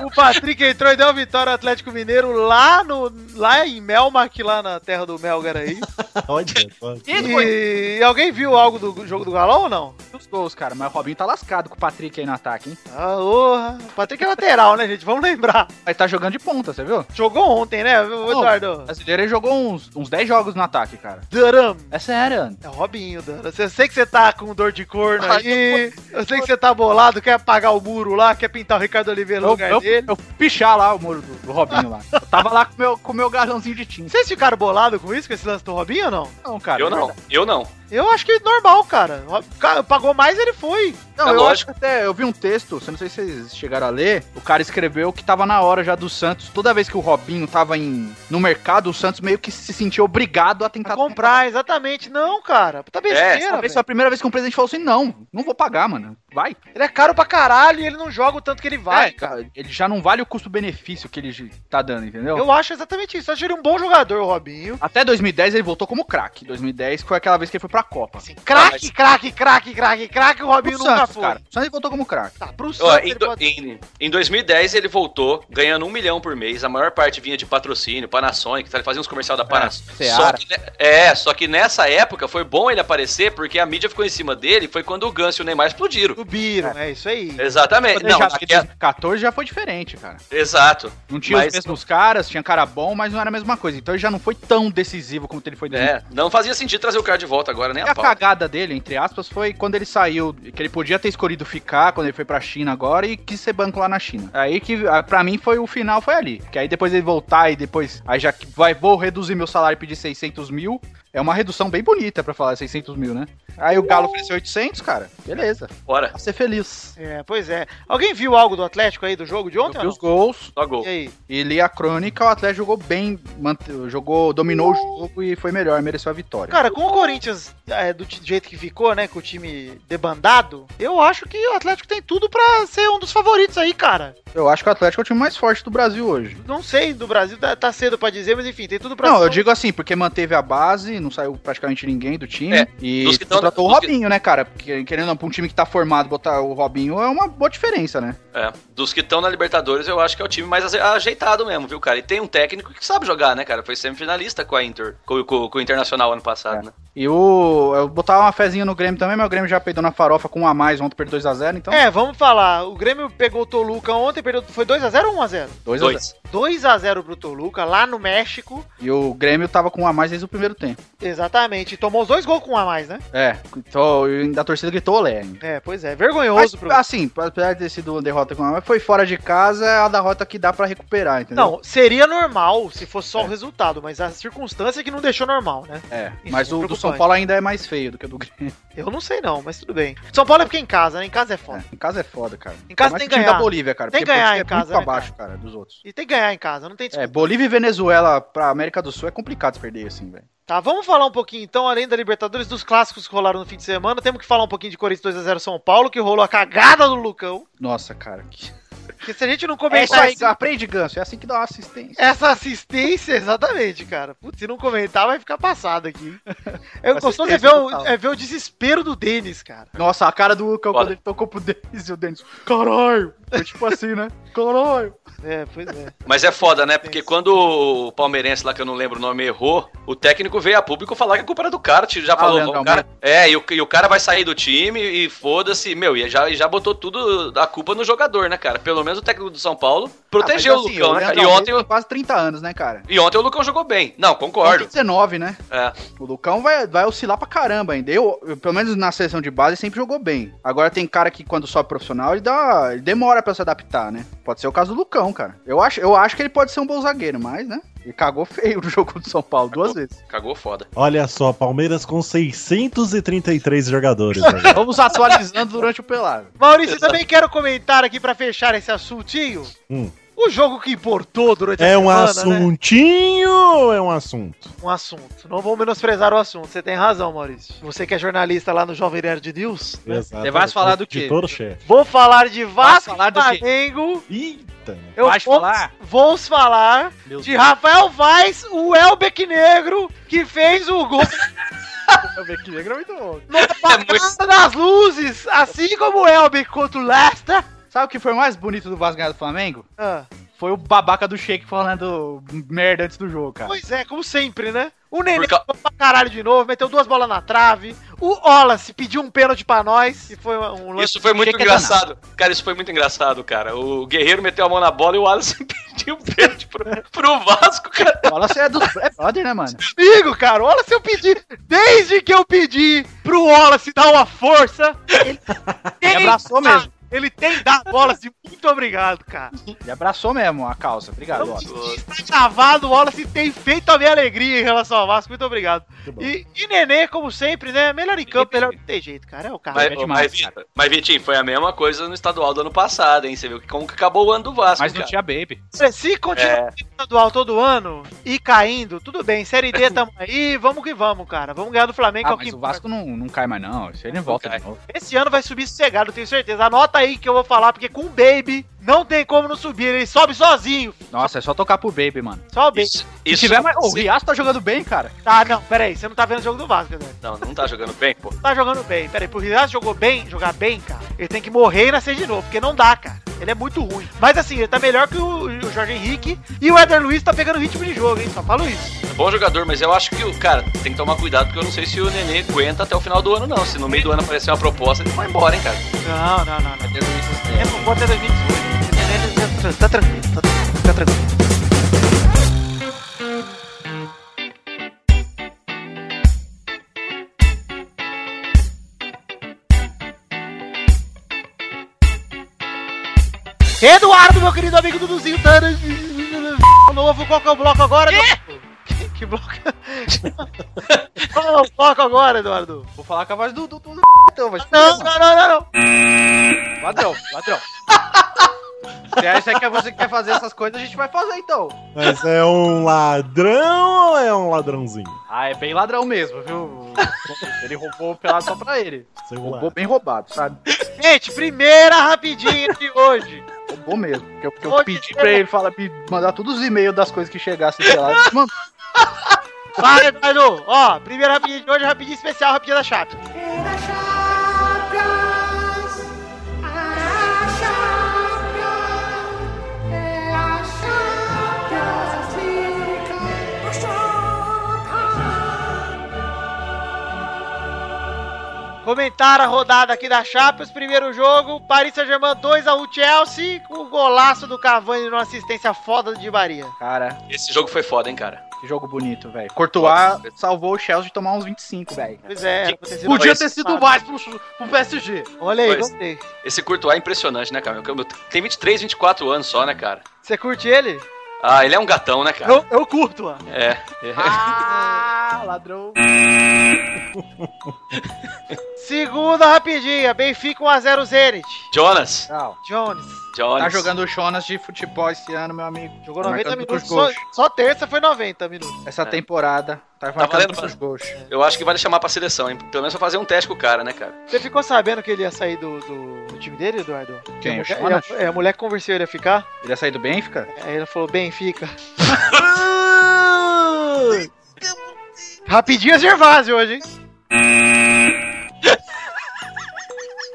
[SPEAKER 5] o Patrick entrou e deu a vitória ao Atlético Mineiro lá, no, lá em Melmac, lá na terra do Melgar aí.
[SPEAKER 3] Olha, olha.
[SPEAKER 5] E, alguém viu algo do jogo do Galão ou não?
[SPEAKER 4] Os gols, cara, mas o Robinho tá lascado com o Patrick aí no ataque, hein?
[SPEAKER 5] Ah, orra. O Patrick é lateral, né, gente? Vamos lembrar.
[SPEAKER 4] Mas tá jogando de ponta, você viu?
[SPEAKER 5] Jogou ontem, né, Eduardo?
[SPEAKER 4] O brasileiro ele jogou uns, uns 10 jogos no ataque, cara.
[SPEAKER 5] Duram.
[SPEAKER 4] É sério.
[SPEAKER 5] É o Robinho, Dana. Eu sei que você tá com dor de corno
[SPEAKER 4] um
[SPEAKER 5] aí. Eu sei que você tá bolado, quer apagar o muro lá, quer pintar o Ricardo Oliveira no
[SPEAKER 4] Eu,
[SPEAKER 5] lugar
[SPEAKER 4] eu,
[SPEAKER 5] dele.
[SPEAKER 4] eu fui pichar lá o muro do, do Robinho lá. Eu tava lá com meu, o com meu galãozinho de tinta.
[SPEAKER 5] Vocês ficaram bolados com isso, com esse lance do Robinho ou não?
[SPEAKER 4] Não, cara.
[SPEAKER 6] Eu
[SPEAKER 4] é
[SPEAKER 6] não,
[SPEAKER 4] verdade.
[SPEAKER 6] eu não.
[SPEAKER 5] Eu acho que é normal, cara. O cara pagou mais, ele foi.
[SPEAKER 4] Não,
[SPEAKER 6] É
[SPEAKER 4] eu acho
[SPEAKER 6] lógico.
[SPEAKER 4] que até eu vi um texto, eu não sei se vocês chegaram a ler. O cara escreveu que tava na hora já do Santos. Toda vez que o Robinho tava em, no mercado, o Santos meio que se sentia obrigado a tentar
[SPEAKER 5] Pra comprar, exatamente. Não, cara. Puta besteira,
[SPEAKER 4] É, Talvez foi
[SPEAKER 5] velho.
[SPEAKER 4] a primeira vez que um presidente falou assim: não, não vou pagar, mano. Vai.
[SPEAKER 5] Ele é caro pra caralho e ele não joga o tanto que ele
[SPEAKER 4] Vai,
[SPEAKER 5] vai.
[SPEAKER 4] É, cara. Ele já não vale o custo-benefício que ele tá dando, entendeu?
[SPEAKER 5] Eu acho exatamente isso. Eu acho ele um bom jogador, o Robinho.
[SPEAKER 4] Até 2010 ele voltou como craque. 2010 foi aquela vez que ele foi pra Copa.
[SPEAKER 5] Assim, craque,
[SPEAKER 6] mas-
[SPEAKER 5] craque, craque, craque, craque, o
[SPEAKER 4] Ah, Pro
[SPEAKER 5] Robinho nunca
[SPEAKER 4] Santos,
[SPEAKER 5] foi.
[SPEAKER 4] cara. então, O Santos voltou como craque.
[SPEAKER 5] Tá, pro Santos
[SPEAKER 6] Ó, em,
[SPEAKER 5] ele
[SPEAKER 6] do-
[SPEAKER 5] pode-
[SPEAKER 6] em, em 2010 ele voltou ganhando um milhão por mês, a maior parte vinha de patrocínio, Panasonic, tá? ele fazia uns comercial da Panasonic. só
[SPEAKER 4] É, Seara.
[SPEAKER 6] que, ne- é, só que nessa época foi bom ele aparecer porque a mídia ficou em cima dele, foi quando o Gans e o Neymar explodiram.
[SPEAKER 5] Subiram, é isso aí.
[SPEAKER 6] Exatamente. Não,
[SPEAKER 4] já,
[SPEAKER 6] naquela-
[SPEAKER 4] 14 já foi diferente, cara.
[SPEAKER 6] Exato.
[SPEAKER 4] Não tinha
[SPEAKER 6] Mas-
[SPEAKER 4] os mesmos caras, tinha cara bom, mas não era a mesma coisa. Então ele já não foi tão decisivo quanto ele foi em 2010.
[SPEAKER 6] É, não fazia sentido trazer o cara de volta agora, nem
[SPEAKER 4] E
[SPEAKER 6] É a
[SPEAKER 4] a
[SPEAKER 6] pau.
[SPEAKER 4] cagada dele, entre aspas, foi quando ele saiu, que ele podia ter escolhido ficar quando ele foi pra China agora e quis ser banco lá na China. Aí que, ah, pra mim, foi o final, foi ali. Que aí depois ele voltar e depois, aí já que vai, vou reduzir meu salário e pedir 600 mil, é uma redução bem bonita pra falar 600 mil, né? Aí o Galo ofereceu 800, cara, beleza,
[SPEAKER 6] Bora,
[SPEAKER 4] pra ser feliz.
[SPEAKER 5] É, pois é. Alguém viu algo do Atlético aí, do jogo de
[SPEAKER 4] Eu
[SPEAKER 5] ontem ou
[SPEAKER 4] vi
[SPEAKER 5] não?
[SPEAKER 4] os gols,
[SPEAKER 6] só
[SPEAKER 5] E
[SPEAKER 6] gol.
[SPEAKER 5] aí?
[SPEAKER 4] e li a crônica, o Atlético jogou bem, mante- jogou, dominou o jogo e foi melhor, mereceu a vitória.
[SPEAKER 5] Cara, com o Corinthians é, do ti- jeito que ficou, né, com o time debandado, eu acho que o Atlético tem tudo pra ser um dos favoritos aí, cara.
[SPEAKER 4] Eu acho que o Atlético é o time mais forte do Brasil hoje.
[SPEAKER 5] Não sei, do Brasil tá, tá cedo pra dizer, mas enfim, tem tudo pra
[SPEAKER 4] Não,
[SPEAKER 5] ser
[SPEAKER 4] eu
[SPEAKER 5] um-
[SPEAKER 4] digo assim, porque manteve a base, não saiu praticamente ninguém do time.
[SPEAKER 6] É,
[SPEAKER 4] e
[SPEAKER 6] dos que tão-
[SPEAKER 4] contratou o
[SPEAKER 6] dos que-
[SPEAKER 4] Robinho, né, cara? Porque, querendo ou não, pra um time que tá formado, botar o Robinho é uma boa diferença, né?
[SPEAKER 6] É. Dos que estão na Libertadores, eu acho que é o time mais aze- ajeitado mesmo, viu, cara? E tem um técnico que sabe jogar, né, cara? Foi semifinalista com a Inter, com, com- com o Internacional ano passado, né?
[SPEAKER 4] E o, eu botava uma fezinha no Grêmio também, mas o Grêmio já peidou na farofa com um a mais, ontem perdeu 2x0, então.
[SPEAKER 5] É, vamos falar. O Grêmio pegou o Toluca ontem, perdeu, foi 2x0 ou 1x0?
[SPEAKER 4] 2 a 0
[SPEAKER 6] Dois.
[SPEAKER 5] 2x0 pro Toluca, lá no México.
[SPEAKER 4] E o Grêmio tava com um a mais desde o primeiro tempo.
[SPEAKER 5] Exatamente. Tomou os dois gols com um a mais, né?
[SPEAKER 4] É, então a torcida gritou olé. ainda.
[SPEAKER 5] É, pois é.
[SPEAKER 4] Mas,
[SPEAKER 5] Vergonhoso pro.
[SPEAKER 4] assim, apesar de ter sido uma derrota com a mais, foi fora de casa, é a derrota que dá pra recuperar, entendeu?
[SPEAKER 5] Não, seria normal se fosse só o resultado, mas a circunstância é que não deixou normal, né?
[SPEAKER 4] É,
[SPEAKER 5] Isso,
[SPEAKER 4] mas o do São
[SPEAKER 5] preocupante.
[SPEAKER 4] Paulo ainda é mais feio do que o do Grêmio.
[SPEAKER 5] Eu não sei não, mas tudo bem. São Paulo é porque é em casa, né? Em casa é foda.
[SPEAKER 4] Em casa é foda, cara.
[SPEAKER 5] Em casa
[SPEAKER 4] Mas
[SPEAKER 5] tem
[SPEAKER 4] o
[SPEAKER 5] que
[SPEAKER 4] time
[SPEAKER 5] ganhar.
[SPEAKER 4] da Bolívia, cara.
[SPEAKER 5] Tem
[SPEAKER 4] porque
[SPEAKER 5] que ganhar
[SPEAKER 4] é
[SPEAKER 5] em casa,
[SPEAKER 4] muito pra
[SPEAKER 5] né,
[SPEAKER 4] baixo, cara, dos outros.
[SPEAKER 5] E tem que ganhar em casa, não tem
[SPEAKER 4] É,
[SPEAKER 5] desculpa.
[SPEAKER 4] Bolívia e Venezuela pra América do Sul é complicado de perder, assim, velho.
[SPEAKER 5] Tá, vamos falar um pouquinho então, além da Libertadores, dos clássicos que rolaram no fim de semana. Temos que falar um pouquinho de Corinthians 2x0 São Paulo, que rolou a cagada do Lucão.
[SPEAKER 4] Nossa, cara. Que...
[SPEAKER 5] Porque se a gente não
[SPEAKER 4] É isso
[SPEAKER 5] comentar
[SPEAKER 4] aí,
[SPEAKER 5] esse-
[SPEAKER 4] aprende, Ganso. É assim que dá uma assistência.
[SPEAKER 5] essa assistência, exatamente, cara. Putz, se não comentar, vai ficar passado aqui. É gostoso é ver, o,
[SPEAKER 4] total.
[SPEAKER 5] é ver o desespero do Denis, cara.
[SPEAKER 4] Nossa, a cara do Lucão
[SPEAKER 6] Foda.
[SPEAKER 4] quando ele tocou pro Denis e o Denis. Caralho! Foi tipo assim, né? Caralho!
[SPEAKER 5] É, pois é.
[SPEAKER 6] Mas é foda, né? Porque quando o palmeirense lá, que eu não lembro o nome, errou, o técnico veio a público falar que a culpa era do cara. tio, Já falou,
[SPEAKER 4] Ah, Leandro
[SPEAKER 6] o cara... É, e o, e o cara vai sair do time e foda-se. Meu, e já, e já botou tudo a culpa no jogador, né, cara? Pelo menos o técnico do São Paulo protegeu
[SPEAKER 4] Ah, mas, assim,
[SPEAKER 6] o Lucão, né, cara?
[SPEAKER 4] Leandro
[SPEAKER 6] E
[SPEAKER 4] Almeida
[SPEAKER 6] ontem,
[SPEAKER 4] tem quase 30 anos, né, cara?
[SPEAKER 6] e ontem o Lucão jogou bem. Não,
[SPEAKER 4] Ontem
[SPEAKER 6] concordo.
[SPEAKER 4] 19, né?
[SPEAKER 6] É.
[SPEAKER 4] O Lucão vai, vai oscilar pra caramba ainda. Eu, eu, pelo menos na seleção de base, sempre jogou bem. Agora tem cara que quando sobe profissional, ele, dá, ele demora pra se adaptar, né? Pode ser o caso do Lucão, cara. Eu acho, eu acho que ele pode ser um bom zagueiro, mas, né? Ele cagou feio no jogo do São Paulo duas vezes.
[SPEAKER 6] Cagou foda.
[SPEAKER 3] Olha só, Palmeiras com 633 jogadores. agora.
[SPEAKER 4] Então Vamos atualizando durante o pelado.
[SPEAKER 5] Maurício, eu também quero comentar aqui pra fechar esse assuntinho.
[SPEAKER 3] Hum.
[SPEAKER 5] O jogo que importou durante
[SPEAKER 3] é um
[SPEAKER 5] né?
[SPEAKER 3] assuntinho ou é um assunto?
[SPEAKER 5] um assunto. Não vou menosprezar o assunto, você tem razão, Maurício. Você que é jornalista lá no Jovem Nerd News, né?
[SPEAKER 3] Exato.
[SPEAKER 8] Você vai falar do quê?
[SPEAKER 3] De todo chefe.
[SPEAKER 5] vou falar de Vasco
[SPEAKER 8] falar
[SPEAKER 5] e
[SPEAKER 8] do quê?
[SPEAKER 5] Flamengo.
[SPEAKER 3] Eita.
[SPEAKER 5] Eu
[SPEAKER 8] Vai
[SPEAKER 5] vou,
[SPEAKER 8] falar?
[SPEAKER 5] vou os falar
[SPEAKER 8] Meu
[SPEAKER 5] de Rafael Vaz, o Elbeck Negro, que fez o gol
[SPEAKER 4] é
[SPEAKER 5] no Batata das Luzes, assim como o Elbeck contra o Leicester.
[SPEAKER 4] Sabe o que foi mais bonito do Vasco ganhar do Flamengo?
[SPEAKER 5] Ah,
[SPEAKER 4] Foi o babaca do Sheik falando merda antes do jogo, cara.
[SPEAKER 5] pois é, como sempre, né? O Nenê
[SPEAKER 6] Por ca-
[SPEAKER 5] jogou pra caralho de novo, meteu duas bolas na trave. O Wallace pediu um pênalti pra nós, e foi um lance...
[SPEAKER 6] Isso foi muito
[SPEAKER 8] Chega
[SPEAKER 6] engraçado. Cara, isso foi muito engraçado, cara. O Guerreiro meteu a mão na bola e o Alisson pediu o pênalti pro, pro Vasco, cara.
[SPEAKER 4] Fala se é do é brother, né, mano?
[SPEAKER 5] Amigo, cara, olha se eu pedi. Desde que eu pedi pro Wallace dar uma força. Ele,
[SPEAKER 4] Ele abraçou
[SPEAKER 5] dado.
[SPEAKER 4] mesmo.
[SPEAKER 5] Ele tem dado. Wallace, muito obrigado, cara.
[SPEAKER 4] Ele abraçou mesmo a calça. Obrigado,
[SPEAKER 5] Não
[SPEAKER 4] ó.
[SPEAKER 5] Está gravado, tá o Wallace tem feito a minha alegria em relação ao Vasco. Muito obrigado. E, e Nenê, como sempre, né? Melhor em campo, melhor não tem jeito, cara. É o cara.
[SPEAKER 6] Mas,
[SPEAKER 4] é demais,
[SPEAKER 6] mas, Vitor, mas, Vitinho, foi a mesma coisa no estadual do ano passado, hein? Você viu que como que acabou o ano do Vasco,
[SPEAKER 8] Mas não
[SPEAKER 6] cara.
[SPEAKER 8] tinha baby.
[SPEAKER 5] Olha, Se continuar no estadual todo ano e caindo, tudo bem. Série D tamo aí, vamos que vamos, cara. Vamos ganhar do Flamengo. que é
[SPEAKER 4] Ah,
[SPEAKER 5] o que
[SPEAKER 4] mas o Vasco não, não cai mais, não. Isso aí ele volta
[SPEAKER 6] cai.
[SPEAKER 4] de novo.
[SPEAKER 5] Esse ano vai subir sossegado, tenho certeza. Anota aí que eu vou falar, porque com o Baby não tem como não subir. Ele sobe sozinho.
[SPEAKER 4] Nossa, é só tocar pro Baby, mano.
[SPEAKER 5] Só o Baby.
[SPEAKER 6] Isso,
[SPEAKER 4] Se
[SPEAKER 6] isso
[SPEAKER 4] tiver mais. Ô, O Riacho tá jogando bem, cara.
[SPEAKER 5] Tá, não, peraí. Você não tá vendo o jogo do Vasco, né?
[SPEAKER 6] Não, não tá jogando bem, pô.
[SPEAKER 5] Tá jogando bem. Peraí, pro Rias jogou bem, jogar bem, cara. Ele tem que morrer e nascer de novo, porque não dá, cara. Ele é muito ruim. Mas assim, ele tá melhor que o, o Jorge Henrique. E o Éder Luiz tá pegando ritmo de jogo, hein? Só falo isso.
[SPEAKER 6] É Bom jogador, mas eu acho que o cara tem que tomar cuidado, porque eu não sei se o Nenê aguenta até o final do ano, não. Se no meio do ano aparecer uma proposta, ele vai embora, hein, cara.
[SPEAKER 5] Não, não, não, não. É, não vou até 2018. Tá tranquilo, tá tranquilo, fica tranquilo. Eduardo, meu querido amigo Duduzinho, tá novo, qual que é o bloco agora? Eduardo? Que, que bloco? qual é o bloco agora, Eduardo?
[SPEAKER 4] Vou falar com a voz do. do, do, do então, vai se
[SPEAKER 5] Não,
[SPEAKER 4] fuder,
[SPEAKER 5] não, não, não, não.
[SPEAKER 4] mano. Ladrão, ladrão. Se acha que é você que quer fazer essas coisas, a gente vai fazer então.
[SPEAKER 3] Mas é um ladrão ou é um ladrãozinho?
[SPEAKER 4] Ah, é bem ladrão mesmo, viu? Ele roubou o pelado só pra ele.
[SPEAKER 3] Sei lá.
[SPEAKER 4] Roubou bem roubado, sabe?
[SPEAKER 5] Gente, primeira rapidinha de hoje.
[SPEAKER 4] Roubou mesmo. Porque eu, porque eu
[SPEAKER 5] Ô,
[SPEAKER 4] pedi
[SPEAKER 5] Guilherme.
[SPEAKER 4] pra ele falar, me mandar todos os e-mails das coisas que chegassem pelado. Ele mandou.
[SPEAKER 5] Vai, Eduardo. Ó, primeira rapidinha de hoje, rapidinha especial, rapidinha da chapa.
[SPEAKER 9] Champions,
[SPEAKER 5] Comentar a rodada aqui da Champions. Primeiro jogo, Paris Saint-Germain 2x1 Chelsea, com o golaço do Cavani numa assistência foda de Maria.
[SPEAKER 4] Cara,
[SPEAKER 6] Esse jogo foi foda, hein, cara.
[SPEAKER 4] que jogo bonito, velho. Courtois salvou o Chelsea de tomar uns 25, velho.
[SPEAKER 5] Pois é,
[SPEAKER 6] Que-
[SPEAKER 5] era pra ter sido-
[SPEAKER 7] Podia
[SPEAKER 6] Mas-
[SPEAKER 7] ter sido mais pro, pro PSG.
[SPEAKER 5] Olha aí,
[SPEAKER 6] Pois.
[SPEAKER 5] gostei.
[SPEAKER 6] Esse Courtois é impressionante, né, cara? Tem 23, 24 anos só, né, cara?
[SPEAKER 5] Você curte ele?
[SPEAKER 6] Ah, ele é um gatão, né, cara?
[SPEAKER 5] Eu, eu curto, ó.
[SPEAKER 6] É.
[SPEAKER 5] Ah, ladrão. Segunda rapidinha, Benfica 1x0 Zenit.
[SPEAKER 6] Jonas.
[SPEAKER 5] Jones.
[SPEAKER 6] Jonas.
[SPEAKER 4] Tá jogando o Jonas de futebol esse ano, meu amigo.
[SPEAKER 5] Jogou
[SPEAKER 4] Tá
[SPEAKER 5] 90
[SPEAKER 4] marcando
[SPEAKER 5] minutos.
[SPEAKER 4] muitos gols.
[SPEAKER 5] Só, só terça foi 90 minutos.
[SPEAKER 4] Essa
[SPEAKER 6] É.
[SPEAKER 4] temporada. Tá
[SPEAKER 6] valendo
[SPEAKER 4] marcando muitos gols.
[SPEAKER 6] Eu acho que vale chamar pra seleção, hein? Pelo menos pra fazer um teste com o cara, né, cara?
[SPEAKER 5] Você ficou sabendo que ele ia sair do, do- do time dele, Eduardo?
[SPEAKER 4] Quem, o
[SPEAKER 5] a mulher,
[SPEAKER 4] Jonas?
[SPEAKER 5] e a- é, a mulher que conversou ele ia ficar.
[SPEAKER 4] Ele ia sair do Benfica?
[SPEAKER 5] Aí ele falou, Benfica. Rapidinho é Gervásio hoje, hein?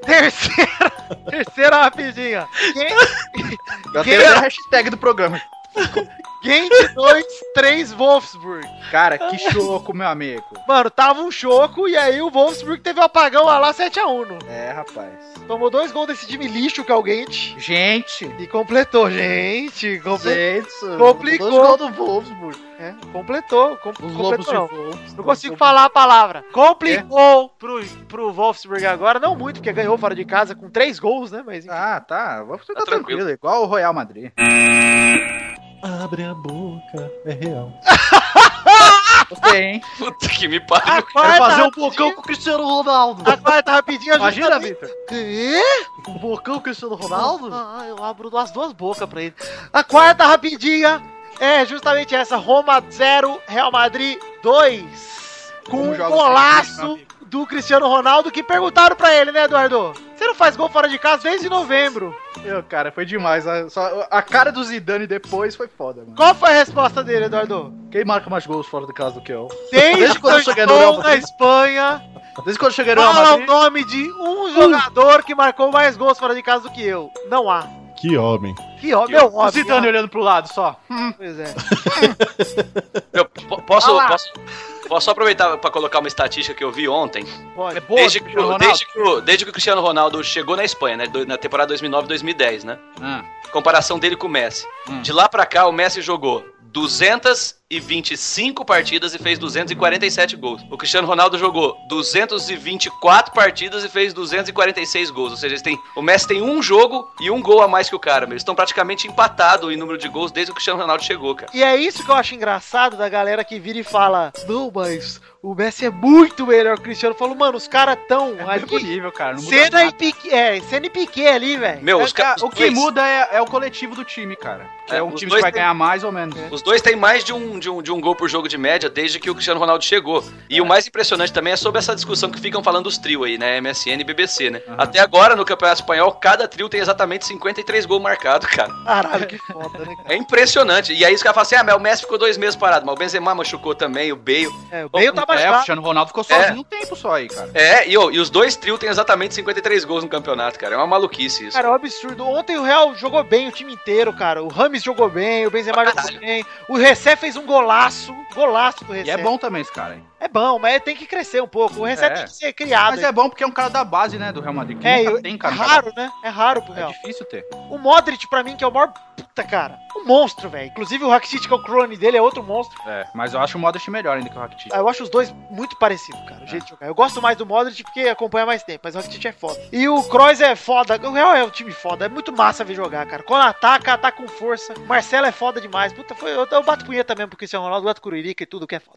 [SPEAKER 5] terceira, terceira rapidinha. Quem-
[SPEAKER 4] Eu
[SPEAKER 5] Quem?
[SPEAKER 4] até usei a hashtag do programa.
[SPEAKER 5] Game 2, 3 Wolfsburg.
[SPEAKER 4] Cara, que choco, meu amigo.
[SPEAKER 5] Mano, tava um choco e aí o Wolfsburg teve um apagão lá, lá 7x1.
[SPEAKER 4] É, rapaz.
[SPEAKER 5] Tomou dois gols desse time lixo que é o Gent.
[SPEAKER 4] Gente,
[SPEAKER 5] E completou, gente. Comple...
[SPEAKER 7] Gente,
[SPEAKER 5] Complicou.
[SPEAKER 7] dois gols do Wolfsburg.
[SPEAKER 5] É, completou. com-
[SPEAKER 7] Os lobos
[SPEAKER 5] completou
[SPEAKER 7] de
[SPEAKER 5] não.
[SPEAKER 7] Wolfsburg. É?
[SPEAKER 5] Não consigo falar a palavra. Complicou pro, pro Wolfsburg agora. Não muito, porque ganhou fora de casa com três gols, né? Mas enfim.
[SPEAKER 4] Ah, tá. Vou ficar
[SPEAKER 6] Tá
[SPEAKER 4] tá
[SPEAKER 6] tranquilo.
[SPEAKER 4] tranquilo. Igual o Royal Madrid.
[SPEAKER 3] Abre a boca, é real.
[SPEAKER 4] Gostei, hein?
[SPEAKER 6] Puta que me pariu.
[SPEAKER 5] A
[SPEAKER 7] Quero
[SPEAKER 5] quarta
[SPEAKER 7] fazer um
[SPEAKER 5] rapidinha-
[SPEAKER 7] bocão com o Cristiano Ronaldo.
[SPEAKER 5] A Ah, quarta rapidinha.
[SPEAKER 7] Imagina,
[SPEAKER 5] justamente-
[SPEAKER 7] Vitor.
[SPEAKER 5] Quê?
[SPEAKER 7] Um bocão com o Cristiano Ronaldo?
[SPEAKER 5] Ah, ah, eu abro as duas bocas pra ele. A quarta rapidinha é justamente essa: Roma 0, Real Madrid 2. Com
[SPEAKER 4] Como
[SPEAKER 5] um
[SPEAKER 4] joga esse
[SPEAKER 5] golaço
[SPEAKER 4] time,
[SPEAKER 5] do Cristiano Ronaldo que perguntaram pra ele, né, Eduardo? Você não faz gol fora de casa desde novembro.
[SPEAKER 4] Meu, cara, foi demais. A, só- a cara do Zidane depois foi foda, mano.
[SPEAKER 5] Qual foi a resposta dele, Eduardo?
[SPEAKER 7] Quem marca mais gols fora de casa do que eu?
[SPEAKER 5] Desde
[SPEAKER 7] Desde
[SPEAKER 5] que eu
[SPEAKER 7] quando
[SPEAKER 5] cheguei
[SPEAKER 7] cheguei no Real
[SPEAKER 5] na
[SPEAKER 7] Madrid.
[SPEAKER 5] Espanha,
[SPEAKER 7] Desde quando cheguei no Real
[SPEAKER 5] fala o
[SPEAKER 7] Madrid...
[SPEAKER 5] nome de um jogador que marcou mais gols fora de casa do que eu. Não há.
[SPEAKER 3] Que homem.
[SPEAKER 5] Que óbvio, meu
[SPEAKER 7] O
[SPEAKER 5] óbvio.
[SPEAKER 7] Zidane olhando pro lado só. Hum.
[SPEAKER 5] Pois é.
[SPEAKER 4] Ah.
[SPEAKER 6] Eu po- posso,
[SPEAKER 5] Vai lá.
[SPEAKER 6] posso, posso aproveitar pra colocar uma estatística que eu vi ontem?
[SPEAKER 5] Pode.
[SPEAKER 7] É boa,
[SPEAKER 6] desde, que,
[SPEAKER 7] Cristiano
[SPEAKER 6] o-
[SPEAKER 7] Ronaldo.
[SPEAKER 6] desde, que, o- desde que o Cristiano Ronaldo chegou na Espanha, né? do- Na temporada 2009, 2010, né? Comparação dele com o Messi.
[SPEAKER 4] Ah. Hum.
[SPEAKER 6] De lá pra cá, o Messi jogou 225 partidas e fez 247 gols. O Cristiano Ronaldo jogou 224 partidas e fez 246 gols. Ou seja, eles têm, o Messi tem um jogo e um gol a mais que o cara. meu. Eles estão praticamente empatados em número de gols desde que o Cristiano Ronaldo chegou, cara.
[SPEAKER 5] E é isso que eu acho engraçado da galera que vira e fala: Não, mas o Messi é muito melhor que o Cristiano. Eu falo, mano, os caras tão
[SPEAKER 4] É mesmo
[SPEAKER 5] ali.
[SPEAKER 4] nível, cara. Não muda
[SPEAKER 5] Senna
[SPEAKER 4] nada.
[SPEAKER 5] e Piquet. É, Senna e Piquet ali, velho.
[SPEAKER 6] Meu,
[SPEAKER 4] É,
[SPEAKER 6] os caras.
[SPEAKER 4] o que muda é, é o coletivo do time, cara. Que
[SPEAKER 6] É,
[SPEAKER 4] é, um
[SPEAKER 6] os
[SPEAKER 4] time
[SPEAKER 6] dois
[SPEAKER 4] que vai
[SPEAKER 6] tem-
[SPEAKER 4] ganhar mais ou menos.
[SPEAKER 6] Os dois têm mais de um, de, um, de um gol por jogo de média desde que o Cristiano Ronaldo chegou. E o mais impressionante também é sobre essa discussão que ficam falando os trio aí, né? MSN e BBC, né?
[SPEAKER 4] Aham.
[SPEAKER 6] Até agora, no Campeonato Espanhol, cada trio tem exatamente 53 gols marcados, cara.
[SPEAKER 5] Caralho, que foda, né, cara?
[SPEAKER 6] É impressionante. E aí os caras falam assim, ah, mas o Messi ficou dois meses parado, mas o Benzema machucou também, o Bale.
[SPEAKER 5] É, o Bale tá
[SPEAKER 4] É, o
[SPEAKER 5] machucado.
[SPEAKER 4] Cristiano Ronaldo ficou sozinho um tempo só aí, cara.
[SPEAKER 6] É, e, ô, e os dois trio têm exatamente 53 gols no campeonato, cara. É uma maluquice isso.
[SPEAKER 5] Cara, é um absurdo. Ontem o Real jogou bem o time inteiro, cara. O Rames jogou bem, o Benzema jogou bem. O Recé fez um golaço. Golaço do
[SPEAKER 4] E
[SPEAKER 5] Recé.
[SPEAKER 4] é bom também esse cara aí.
[SPEAKER 5] É bom, mas tem que crescer um pouco. O Recé
[SPEAKER 4] É.
[SPEAKER 5] tem que ser criado.
[SPEAKER 4] Mas é bom porque é um cara da base, né, do Real Madrid. Que
[SPEAKER 5] É,
[SPEAKER 4] nunca
[SPEAKER 7] tá
[SPEAKER 5] eu-
[SPEAKER 4] tem,
[SPEAKER 5] É
[SPEAKER 4] cara.
[SPEAKER 5] raro, né? É raro pro
[SPEAKER 4] É
[SPEAKER 5] Real.
[SPEAKER 4] difícil ter.
[SPEAKER 5] O Modric, pra mim, que é o maior puta, cara. Um monstro, velho. Inclusive o Rakitic, que é o clone dele, é outro monstro. Ah,
[SPEAKER 4] É, mas eu acho o Modric melhor ainda que o Rakitic.
[SPEAKER 5] Eu acho os dois muito parecidos, cara, o jeito de jogar. Eu gosto mais do Modric porque acompanha mais tempo, mas o Rakitic é foda. E o Kroos é foda. O Real é um time foda. É muito massa ver jogar, cara. Quando ataca, ataca com força. O Marcelo é foda demais. Puta, foi, eu, eu bato punheta mesmo pro Cristiano Ronaldo, bato Curirica e tudo que é foda.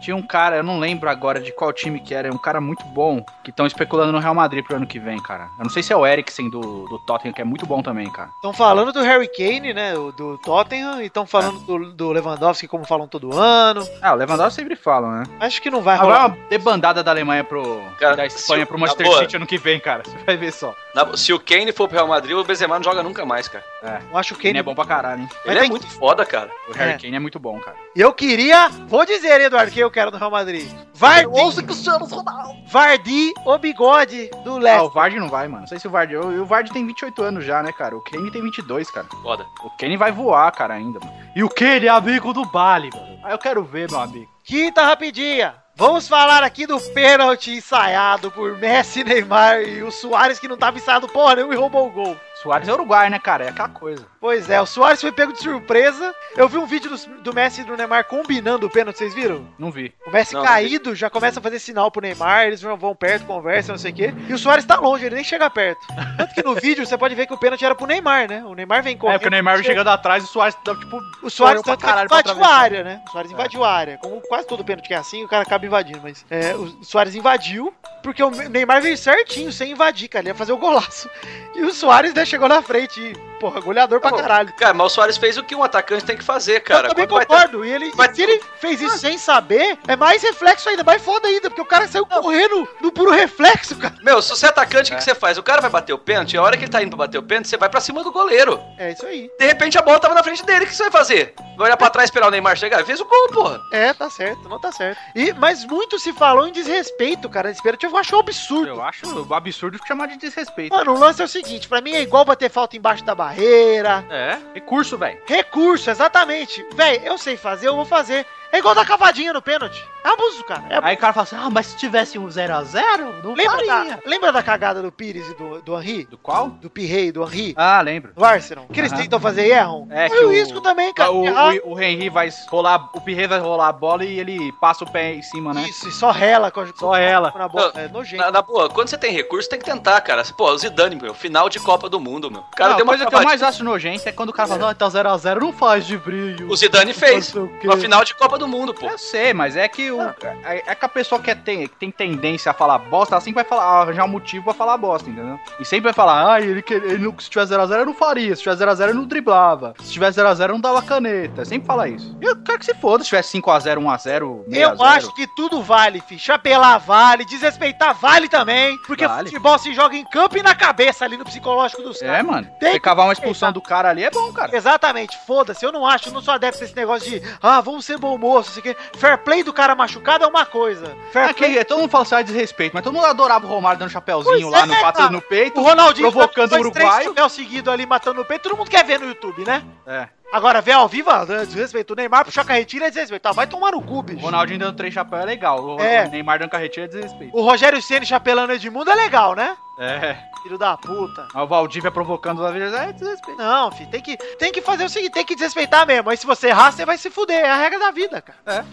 [SPEAKER 4] Tinha um cara, eu não lembro agora de qual time que era, é um cara muito bom, que estão especulando no Real Madrid pro ano que vem, cara. Eu não sei se é o Eriksen do, do Tottenham, que é muito bom também, cara.
[SPEAKER 5] Estão falando do Harry Kane, né? o- Do Tottenham. E estão falando do, do Lewandowski, como falam todo ano.
[SPEAKER 4] Ah, o Lewandowski sempre fala, né?
[SPEAKER 5] Acho que não vai
[SPEAKER 4] Agora
[SPEAKER 5] rolar.
[SPEAKER 4] é uma debandada da Alemanha pro.
[SPEAKER 6] Cara,
[SPEAKER 4] da Espanha
[SPEAKER 6] se-
[SPEAKER 4] pro
[SPEAKER 6] na
[SPEAKER 4] Manchester
[SPEAKER 6] boa.
[SPEAKER 4] City ano que vem, cara. Você vai ver só.
[SPEAKER 6] Na- se o Kane for pro Real Madrid, o Benzema não joga nunca mais, cara.
[SPEAKER 5] Eu acho o
[SPEAKER 4] Kane
[SPEAKER 5] Kane
[SPEAKER 4] é bom pra caralho, hein?
[SPEAKER 5] Mas
[SPEAKER 6] Ele é
[SPEAKER 5] tem-
[SPEAKER 6] muito foda, cara.
[SPEAKER 4] O Harry
[SPEAKER 5] É.
[SPEAKER 4] Kane é muito bom, cara.
[SPEAKER 5] E Eu queria, vou dizer, Eduardo, que eu quero do Real Madrid.
[SPEAKER 7] Eu
[SPEAKER 5] Vardy,
[SPEAKER 7] ouço Cristiano Ronaldo.
[SPEAKER 5] Vardy o bigode do
[SPEAKER 4] Ah, o
[SPEAKER 5] Leicester.
[SPEAKER 4] Vardy não vai, mano. Não sei se o Vardy. O, o Vardy tem 28 anos já, né, cara? O Kane tem 22, cara.
[SPEAKER 6] Foda.
[SPEAKER 4] O Kane vai voar, cara, ainda, mano.
[SPEAKER 7] E o Kane é amigo do Bali, mano. Ah, eu quero ver, meu amigo.
[SPEAKER 5] Quinta rapidinha. Vamos falar aqui do pênalti ensaiado por Messi, Neymar e o Soares, que não tava ensaiado porra nenhuma e roubou o gol.
[SPEAKER 4] Soares é Uruguai, né, cara? É aquela coisa.
[SPEAKER 5] Pois é, o Soares foi pego de surpresa. Eu vi um vídeo do, do Messi e do Neymar combinando o pênalti, vocês viram?
[SPEAKER 4] Não vi.
[SPEAKER 5] O Messi
[SPEAKER 6] Não, não
[SPEAKER 5] caído já começa a fazer sinal pro Neymar, eles vão vão perto, conversam, não sei o quê. E o Soares tá longe, ele nem chega perto. Tanto que no vídeo você pode ver que o pênalti era pro Neymar, né? O Neymar vem correndo.
[SPEAKER 4] é, porque o Neymar vem chegando atrás e o Soares dá, tipo...
[SPEAKER 5] O
[SPEAKER 4] correu
[SPEAKER 5] Soares
[SPEAKER 4] pra
[SPEAKER 5] tanto que
[SPEAKER 4] caralho pra
[SPEAKER 5] invadiu a
[SPEAKER 4] atravessar.
[SPEAKER 5] área, né? O Soares invadiu a área. Como quase todo pênalti que é assim, o cara acaba invadindo. Mas é, o Soares invadiu, porque o Neymar veio certinho, sem invadir, cara. Ele ia fazer o golaço. E o Soares né, chegou na frente. E, porra, goleador pra
[SPEAKER 6] Pô,
[SPEAKER 5] caralho.
[SPEAKER 6] Cara, mas o Soares fez o que um atacante tem que fazer, cara.
[SPEAKER 5] eu também
[SPEAKER 6] Quando vai
[SPEAKER 5] concordo. E ele,
[SPEAKER 6] vai
[SPEAKER 5] se ele fez isso sem saber, é mais reflexo ainda, mais foda ainda, porque o cara saiu correndo no puro reflexo, cara.
[SPEAKER 6] ter- Meu, se você é atacante, o que que você faz? O cara vai bater o pênalti, a hora que ele tá indo pra bater o pênalti, você vai pra cima do goleiro.
[SPEAKER 5] É isso aí.
[SPEAKER 6] De repente a bola tava na frente dele, o que você vai fazer? Vai olhar pra trás, esperar o Neymar chegar? Ele Fez o gol, porra.
[SPEAKER 5] É, tá certo, não tá certo. E, mas muito se falou em desrespeito, cara. Esse pênalti eu acho um absurdo.
[SPEAKER 4] Eu acho absurdo chamar de desrespeito.
[SPEAKER 5] Mano, o lance é o seguinte, pra mim é igual bater falta embaixo da barreira.
[SPEAKER 4] É, recurso, velho.
[SPEAKER 5] Recurso, exatamente. Véi, eu sei fazer, eu vou fazer. É igual dar cavadinha no pênalti. É abuso, cara. É
[SPEAKER 7] Aí o cara fala assim, ah, mas se tivesse um 0x0, não
[SPEAKER 5] Lembra
[SPEAKER 7] faria.
[SPEAKER 5] da, lembra da cagada do Pires e do, do Henry?
[SPEAKER 4] Do qual?
[SPEAKER 5] Do Pirrei e do Henry?
[SPEAKER 4] Ah, lembro.
[SPEAKER 5] Do Arsenal? Que eles tentam fazer e erram?
[SPEAKER 4] É
[SPEAKER 5] Foi
[SPEAKER 4] que
[SPEAKER 5] o
[SPEAKER 4] o-
[SPEAKER 5] risco também, cara.
[SPEAKER 4] o,
[SPEAKER 5] de errar.
[SPEAKER 6] assim,
[SPEAKER 4] o, o Henry vai rolar, o Pirre vai rolar a bola e ele passa o pé em cima, né?
[SPEAKER 5] Isso, e só rela com a
[SPEAKER 4] Só ela.
[SPEAKER 5] Na bola. É nojento.
[SPEAKER 6] Na, na boa, quando você tem recurso, tem que tentar, cara. Pô, o Zidane, meu, final de Copa do Mundo, meu. O cara
[SPEAKER 4] Não, a
[SPEAKER 6] deu uma
[SPEAKER 4] coisa que eu
[SPEAKER 6] cavadinha.
[SPEAKER 4] mais acho nojenta é quando o cara fala,
[SPEAKER 7] Não, então 0x0 não faz de brilho.
[SPEAKER 6] O Zidane fez.
[SPEAKER 7] Não sei o quê.
[SPEAKER 6] Uma final de Copa do Mundo, pô.
[SPEAKER 4] Eu sei, mas é que o, é, é que a pessoa que é tem, que tem tendência a falar bosta, ela sempre vai falar, arranjar um motivo pra falar bosta, entendeu? E sempre vai falar, ah, ele, que- ele não- se tivesse 0x0 eu não faria, se tivesse 0x0 eu não driblava, se tivesse 0x0 eu não dava caneta, É sempre fala isso. E eu quero que se foda, se tivesse 5x0, 1x0, 6x0.
[SPEAKER 5] Eu acho que tudo vale, fi. Chapelar vale, desrespeitar vale também. Porque
[SPEAKER 4] Vale.
[SPEAKER 5] futebol se joga em campo e na cabeça ali no psicológico dos
[SPEAKER 4] É,
[SPEAKER 5] caras.
[SPEAKER 4] mano.
[SPEAKER 5] Tem
[SPEAKER 4] Você cavar uma expulsão do cara ali é bom, cara.
[SPEAKER 5] Exatamente, foda-se, eu não acho, eu não sou adepto desse negócio de ah, vamos ser bom moço, isso aqui. Fair play do cara machucado é uma coisa. Fair
[SPEAKER 4] Aqui, é, todo mundo fala assim, ah, desrespeito, mas todo mundo adorava o Romário dando chapéuzinho
[SPEAKER 5] Pois
[SPEAKER 4] lá
[SPEAKER 5] é,
[SPEAKER 4] no pato
[SPEAKER 5] cara.
[SPEAKER 4] no peito,
[SPEAKER 5] O Ronaldinho
[SPEAKER 4] provocando o
[SPEAKER 5] dois, três
[SPEAKER 4] Uruguai.
[SPEAKER 5] chapéus seguido ali matando no peito, todo mundo quer ver no YouTube, né?
[SPEAKER 4] É.
[SPEAKER 5] Agora, ver ao vivo, ah, desrespeito. O Neymar puxou a carretilha e desrespeito. Ah, vai tomar no cu,
[SPEAKER 4] O
[SPEAKER 5] bicho.
[SPEAKER 4] Ronaldinho dando três chapéus é legal, o,
[SPEAKER 5] É.
[SPEAKER 4] o Neymar dando carretilha é desrespeito.
[SPEAKER 5] O Rogério Ceni chapelando Edmundo é legal, né?
[SPEAKER 4] É.
[SPEAKER 5] Filho da puta.
[SPEAKER 4] Aí O Valdívia provocando os vezes é desrespeito.
[SPEAKER 5] Não, filho, tem que, tem que fazer o seguinte, tem que desrespeitar mesmo. Aí se você errar, você vai se fuder. É a regra da vida, cara. É.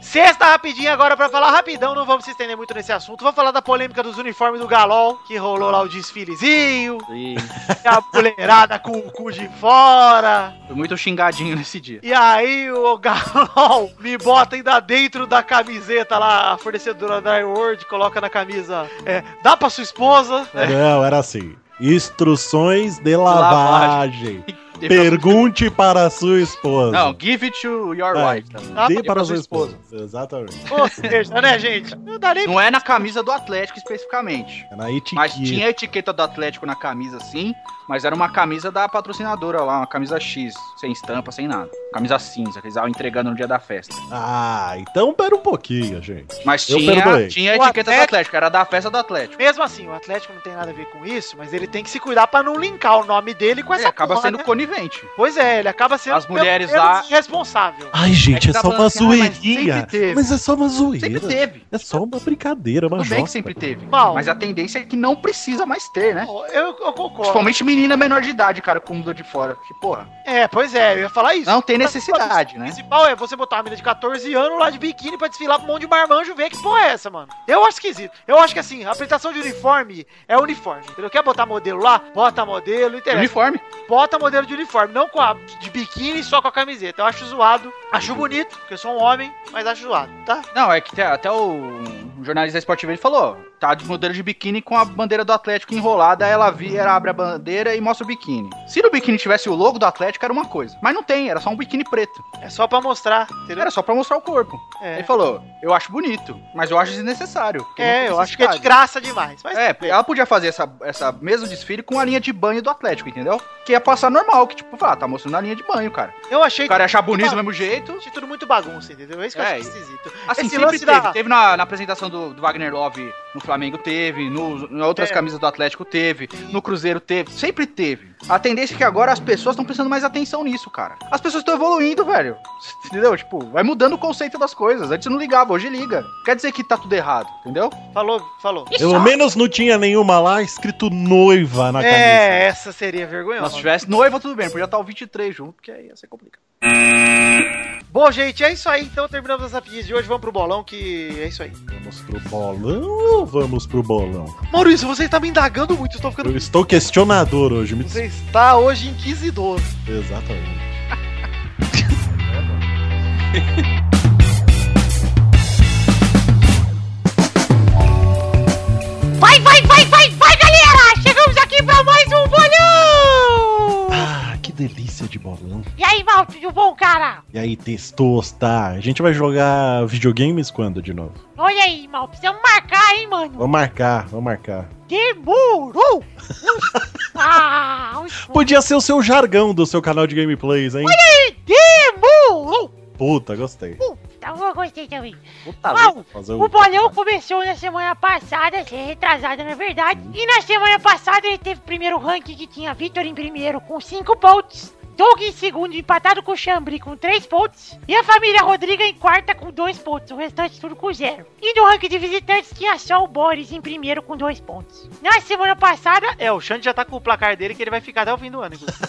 [SPEAKER 5] Sexta rapidinho agora pra falar rapidão, não vamos se estender muito nesse assunto. Vamos falar da polêmica dos uniformes do Galol, que rolou lá o desfilezinho, e a mulherada com o cu de fora.
[SPEAKER 4] Foi muito xingadinho nesse dia.
[SPEAKER 5] E aí o Galol me bota ainda dentro da camiseta lá, a fornecedora da World coloca na camisa, é, dá pra sua esposa.
[SPEAKER 4] É.
[SPEAKER 3] Não, era assim. Instruções de lavagem.
[SPEAKER 4] Dê pra-
[SPEAKER 3] Pergunte para a sua esposa.
[SPEAKER 4] Não, give it to your
[SPEAKER 3] Ah,
[SPEAKER 4] wife. também.
[SPEAKER 5] Dá
[SPEAKER 3] Dê
[SPEAKER 5] pra-
[SPEAKER 3] para a sua esposa. Exatamente.
[SPEAKER 5] Ou seja, né, gente? Não dá nem
[SPEAKER 4] Não é na camisa do Atlético especificamente.
[SPEAKER 3] É na etiqueta.
[SPEAKER 4] Mas tinha a etiqueta do Atlético na camisa, sim, mas era uma camisa da patrocinadora lá, uma camisa X, sem estampa, sem nada. Camisa cinza, que eles estavam entregando no dia da festa.
[SPEAKER 3] Ah, então pera um pouquinho, gente.
[SPEAKER 4] Mas
[SPEAKER 3] Eu
[SPEAKER 4] tinha,
[SPEAKER 3] perdoei.
[SPEAKER 4] tinha a
[SPEAKER 5] O
[SPEAKER 4] etiqueta do
[SPEAKER 5] Atlético-
[SPEAKER 4] Atlético, era da festa do Atlético.
[SPEAKER 5] Mesmo assim, o Atlético não tem nada a ver com isso, mas ele tem que se cuidar pra não linkar o nome dele com essa
[SPEAKER 4] Ele É, acaba
[SPEAKER 5] porra,
[SPEAKER 4] sendo
[SPEAKER 5] né?
[SPEAKER 4] conivente.
[SPEAKER 5] Pois é, ele acaba sendo
[SPEAKER 4] As mulheres
[SPEAKER 5] pelo menos
[SPEAKER 4] lá-
[SPEAKER 5] irresponsável.
[SPEAKER 3] Ai, gente, é,
[SPEAKER 4] que tá
[SPEAKER 3] só uma
[SPEAKER 4] falando assim, ah, mas
[SPEAKER 3] zoeirinha.
[SPEAKER 4] sempre teve.
[SPEAKER 3] Mas é só uma
[SPEAKER 4] Sempre
[SPEAKER 3] zoeira.
[SPEAKER 4] teve.
[SPEAKER 3] É só uma brincadeira, uma
[SPEAKER 4] Tudo bem
[SPEAKER 3] jota.
[SPEAKER 4] que sempre teve.
[SPEAKER 5] Mal.
[SPEAKER 4] Mas a tendência é que não precisa mais ter, né?
[SPEAKER 5] Eu, eu concordo.
[SPEAKER 4] Principalmente menina menor de idade, cara, com bunda de fora. Porque, porra,
[SPEAKER 5] É, pois é, eu ia falar isso.
[SPEAKER 4] não tem necessidade,
[SPEAKER 5] O
[SPEAKER 4] né?
[SPEAKER 5] principal é você botar uma menina de 14 anos lá de biquíni pra desfilar pra um monte de marmanjo ver que porra é essa, mano. Eu acho esquisito. Eu acho que assim, a apresentação de uniforme é uniforme. Entendeu? Quer botar modelo lá? Bota modelo, não interessa.
[SPEAKER 4] Uniforme.
[SPEAKER 5] bota modelo de uniforme, não com a de biquíni, só com a camiseta. Eu acho zoado,
[SPEAKER 4] Uhum.
[SPEAKER 5] acho bonito, porque eu sou um homem, mas acho zoado, tá?
[SPEAKER 4] Não, é que até, até o um jornalista da Sport TV ele falou, ó, tá de modelo de biquíni com a bandeira do Atlético enrolada, aí ela vira, ela abre a bandeira e mostra o biquíni. Se no biquíni tivesse o logo do Atlético era uma coisa, mas não tem, era só um biquíni preto.
[SPEAKER 5] É só pra mostrar, entendeu?
[SPEAKER 4] Era só pra mostrar o corpo.
[SPEAKER 5] É,
[SPEAKER 4] Ele falou, eu acho bonito, mas eu acho desnecessário. porque não
[SPEAKER 5] é
[SPEAKER 4] tem
[SPEAKER 5] eu acho que é de
[SPEAKER 4] necessidade."
[SPEAKER 5] graça demais. Mas
[SPEAKER 4] É, porque ela podia fazer essa, essa mesmo desfile com a linha de banho do Atlético, entendeu? Que ia passar normal, que tipo, ah, tá mostrando a linha de banho, cara.
[SPEAKER 5] eu achei
[SPEAKER 4] O cara ia achar bonito do
[SPEAKER 5] tudo,
[SPEAKER 4] mesmo jeito.
[SPEAKER 5] achei tudo muito bagunça, entendeu? É isso que eu
[SPEAKER 4] É,
[SPEAKER 5] achei
[SPEAKER 4] e-
[SPEAKER 5] esquisito.
[SPEAKER 4] Assim,
[SPEAKER 5] Esse
[SPEAKER 4] sempre
[SPEAKER 5] lance
[SPEAKER 4] teve.
[SPEAKER 5] da-
[SPEAKER 4] Teve na, na apresentação do, do Wagner Love no Flamengo, teve. No, em outras
[SPEAKER 5] É.
[SPEAKER 4] camisas do Atlético, teve. No Cruzeiro, teve. Sempre teve. A tendência é que agora as pessoas estão prestando mais atenção nisso, cara. As pessoas estão evoluindo, velho. Entendeu? Tipo, vai mudando o conceito das coisas. Antes não ligava, hoje liga. Quer dizer que tá tudo errado, entendeu?
[SPEAKER 5] Falou, falou.
[SPEAKER 3] Pelo menos não tinha nenhuma lá escrito noiva na camisa.
[SPEAKER 5] É, essa seria
[SPEAKER 4] Não, se
[SPEAKER 5] vergonhosa.
[SPEAKER 4] tivesse noiva, tudo bem. Podia estar o 23 junto, que aí ia ser complicado.
[SPEAKER 5] Bom, gente, é isso aí. Então terminamos as rapidinhas de hoje. Vamos pro bolão, que é isso aí.
[SPEAKER 3] Vamos pro bolão ou vamos pro bolão?
[SPEAKER 5] Maurício, você tá me indagando muito. Eu tô ficando.
[SPEAKER 3] Eu estou questionador hoje, me
[SPEAKER 5] Você está hoje inquisidor.
[SPEAKER 3] desculpe. Exatamente.
[SPEAKER 8] Vai, vai, vai, vai, vai, galera! Chegamos aqui pra mais um bolão!
[SPEAKER 3] Ah, que delícia de bolão.
[SPEAKER 8] E aí, Mal, tudo bom, cara?
[SPEAKER 3] E aí, testos, tá? A gente vai jogar videogames quando de novo?
[SPEAKER 8] Olha aí, Mal, precisamos marcar, hein, mano?
[SPEAKER 3] Vamos marcar, vamos marcar.
[SPEAKER 8] Demorou! ah, uns-
[SPEAKER 3] Podia ser o seu jargão do seu canal de gameplays, hein?
[SPEAKER 8] demorou!
[SPEAKER 3] Puta, gostei.
[SPEAKER 8] Tá bom, eu gostei também.
[SPEAKER 7] Puta
[SPEAKER 8] Mal,
[SPEAKER 3] Fazer
[SPEAKER 8] o bolão começou na semana passada, se é retrasada na verdade. E na semana passada ele teve o primeiro ranking que tinha Vitor em primeiro com 5 pontos. Doug em segundo, empatado com o Chambri com 3 pontos. E a família Rodriga em quarta com 2 pontos. O restante tudo com 0. E no ranking de visitantes tinha só o Boris em primeiro com 2 pontos. Na semana passada,
[SPEAKER 5] É, o Xande já tá com o placar dele que ele vai ficar até o fim do ano, inclusive.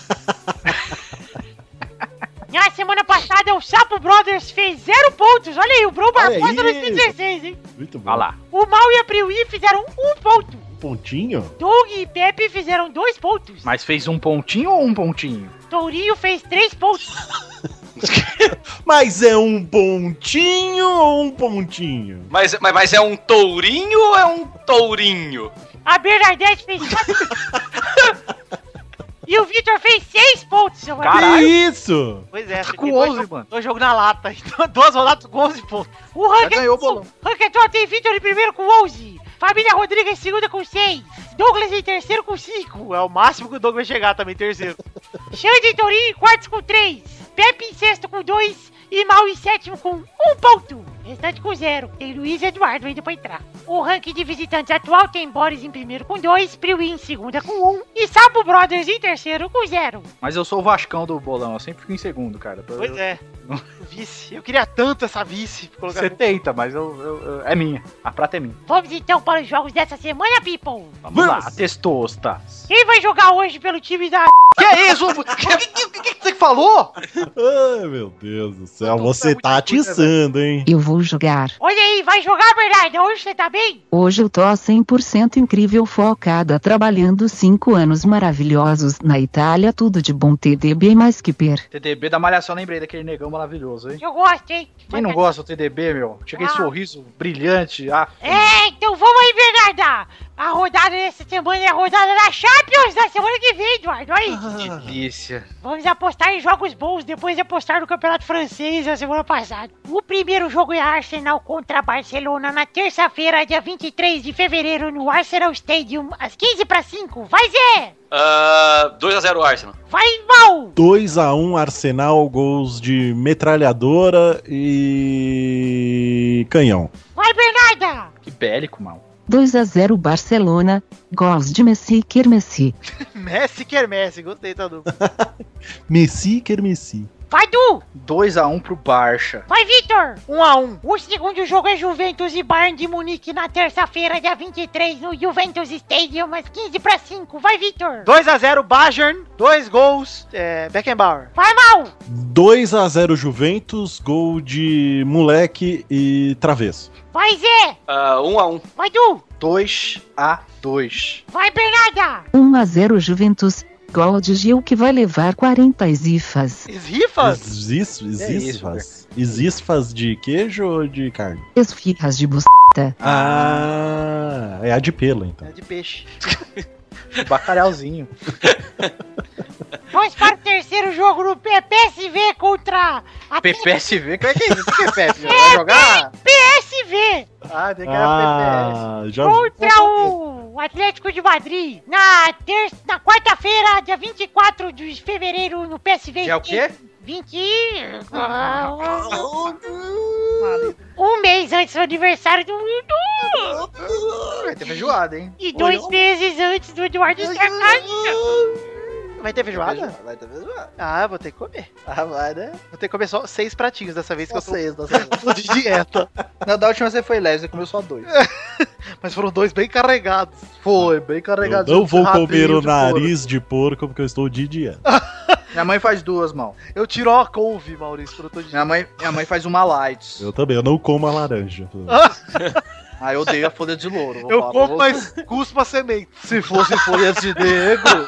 [SPEAKER 8] na semana passada o Sapo Brothers fez 0 pontos. Olha aí, o Bro
[SPEAKER 3] Olha
[SPEAKER 8] Barbosa
[SPEAKER 3] aí.
[SPEAKER 8] 2016, hein?
[SPEAKER 3] Muito bom.
[SPEAKER 4] Vai lá.
[SPEAKER 8] O Mal e a Priui fizeram 1 um ponto.
[SPEAKER 3] Pontinho?
[SPEAKER 8] Doug e Pepe fizeram 2 pontos.
[SPEAKER 4] Mas fez um pontinho ou um pontinho?
[SPEAKER 8] Tourinho fez três pontos.
[SPEAKER 3] Mas é um pontinho ou um pontinho?
[SPEAKER 6] Mas, mas, mas é um tourinho ou é um tourinho?
[SPEAKER 8] A Bernadette fez quatro. e o Vitor fez seis pontos, seu amigo.
[SPEAKER 4] Caralho.
[SPEAKER 3] Que isso?
[SPEAKER 5] Pois é,
[SPEAKER 4] com
[SPEAKER 5] dois
[SPEAKER 4] 11,
[SPEAKER 5] jogos-
[SPEAKER 4] mano.
[SPEAKER 5] Dois jogos na lata. Então, duas rodadas com 11 pontos.
[SPEAKER 8] O
[SPEAKER 4] Já
[SPEAKER 8] Rank
[SPEAKER 4] ganhou o bolão.
[SPEAKER 8] Ranketon tem Vitor em primeiro com 11. Família Rodrigues em segunda com seis. Douglas em terceiro com cinco.
[SPEAKER 5] É o máximo que o Doug vai chegar também, terceiro.
[SPEAKER 8] Xande e Tourinho em quartos com três. Pepe em sexto com dois. E Mal em sétimo com um ponto. Restante com zero. Tem Luiz e Eduardo ainda pra entrar. O ranking de visitantes atual tem Boris em primeiro com dois. Priui em segunda com um. E Sapo Brothers em terceiro com zero.
[SPEAKER 4] Mas eu sou o Vascão do bolão, eu sempre fico em segundo, cara. Eu-
[SPEAKER 5] Pois é. O Vice. Eu queria tanto essa vice. pra Colocar
[SPEAKER 4] Você tenta, mas eu, eu- eu- é minha. A prata é minha.
[SPEAKER 8] Vamos então para os jogos dessa semana, People.
[SPEAKER 4] Vamos
[SPEAKER 3] Vamos.
[SPEAKER 4] lá, testosta.
[SPEAKER 8] Quem vai jogar hoje pelo time da...
[SPEAKER 4] Que é isso? O que, que- que- que você falou?
[SPEAKER 3] Ai, meu Deus do céu.
[SPEAKER 4] Não,
[SPEAKER 3] Você
[SPEAKER 4] não,
[SPEAKER 3] tá
[SPEAKER 4] muita coisa, né?
[SPEAKER 3] atiçando, hein?
[SPEAKER 9] Eu vou jogar.
[SPEAKER 8] Olha aí, vai jogar, Bernarda. Hoje você tá bem?
[SPEAKER 9] Hoje eu tô 100% incrível focada trabalhando 5 anos maravilhosos na Itália, tudo de bom TDB e mais que per.
[SPEAKER 4] TDB da Malhação, lembrei daquele negão maravilhoso, hein?
[SPEAKER 8] Eu gosto, hein?
[SPEAKER 4] Quem não gosta do TDB, meu? Cheguei
[SPEAKER 8] Ah.
[SPEAKER 4] sorriso brilhante. Ah,
[SPEAKER 8] É, então vamos aí, Bernarda. A rodada dessa semana é a rodada da Champions da semana que vem, Eduardo. Olha aí.
[SPEAKER 4] que delícia.
[SPEAKER 8] Vamos apostar em jogos bons depois de apostar no Campeonato Francês da semana passada. O primeiro jogo é Arsenal contra Barcelona na terça-feira, dia 23 de fevereiro, no Arsenal Stadium, às 15 para 5. Vai, Zé!
[SPEAKER 6] Ah, 2x0 Arsenal.
[SPEAKER 8] Vai, mal!
[SPEAKER 3] 2x1 Arsenal, gols de metralhadora e canhão.
[SPEAKER 8] Vai, Bernarda!
[SPEAKER 4] Que bélico, mal.
[SPEAKER 9] 2 a 0 Barcelona, gols de Messi e Kermessi.
[SPEAKER 5] Messi quer Messi. Gostei, tá, Doug?
[SPEAKER 3] Messi quer Messi.
[SPEAKER 8] Vai, Du!
[SPEAKER 4] 2x1 pro Barça.
[SPEAKER 8] Vai, Vitor!
[SPEAKER 5] Um a um.
[SPEAKER 8] O segundo jogo é Juventus e Bayern de Munique na terça-feira, dia 23, no Juventus Stadium, às 15 para 5. Vai, Vitor!
[SPEAKER 5] 2x0 Bajern, dois gols, é, Beckenbauer.
[SPEAKER 8] Vai, Mal!
[SPEAKER 3] 2x0 Juventus, gol de moleque e travesso.
[SPEAKER 8] Vai, Zé!
[SPEAKER 6] 1x1.
[SPEAKER 8] Vai, Du!
[SPEAKER 4] 2x2.
[SPEAKER 8] Vai, Bernarda!
[SPEAKER 9] 1 a 0 Juventus, gol de Gil que vai levar 40 zifas.
[SPEAKER 5] Esrifas?
[SPEAKER 3] Zis-
[SPEAKER 4] é isso,
[SPEAKER 3] Zisfas. Zisfas de queijo ou de carne?
[SPEAKER 9] Esfirras de bus...
[SPEAKER 3] Ah, é a de pelo, então.
[SPEAKER 5] É de peixe.
[SPEAKER 4] Bacalhauzinho.
[SPEAKER 8] Vamos para o terceiro jogo no PPSV contra a
[SPEAKER 4] PPSV? Como é que é isso? PPSV? Vai jogar?
[SPEAKER 8] PSV
[SPEAKER 5] né? Ah, tem que era
[SPEAKER 3] Ah, já
[SPEAKER 4] tá
[SPEAKER 8] contra o Atlético de Madrid na, ter... na quarta-feira, dia 24 de fevereiro, no PSV.
[SPEAKER 4] Que é o quê?
[SPEAKER 8] 20. Ah, Um mês antes do aniversário do Dudu
[SPEAKER 4] Vai ter feijoada, hein?
[SPEAKER 8] e dois meses antes do Eduardo Stracani.
[SPEAKER 5] Vai ter feijoada?
[SPEAKER 10] Vai ter feijoada.
[SPEAKER 5] Ah, vou ter que comer.
[SPEAKER 10] Ah, vai, né?
[SPEAKER 5] Vou ter que comer só seis pratinhos dessa vez que eu
[SPEAKER 10] Vocês, vocês.
[SPEAKER 5] tô de dieta.
[SPEAKER 10] Não, da última você foi leve, você comeu só dois.
[SPEAKER 5] Mas foram dois bem carregados.
[SPEAKER 10] Foi, bem
[SPEAKER 3] Eu
[SPEAKER 10] carregado.
[SPEAKER 3] não vou
[SPEAKER 5] rabinho
[SPEAKER 3] comer o
[SPEAKER 5] de porco.
[SPEAKER 3] nariz de porco porque eu estou de dieta.
[SPEAKER 4] Minha mãe faz duas, mal.
[SPEAKER 5] Eu tiro a couve, Maurício, quando eu tô de
[SPEAKER 4] Minha mãe, minha mãe faz uma light.
[SPEAKER 3] Eu também, eu não como a laranja.
[SPEAKER 4] Ah, eu odeio a folha de louro. vou
[SPEAKER 5] Eu
[SPEAKER 4] falar pra
[SPEAKER 5] como,
[SPEAKER 4] você.
[SPEAKER 5] mas cuspo a semente.
[SPEAKER 10] Se fosse folha de negro.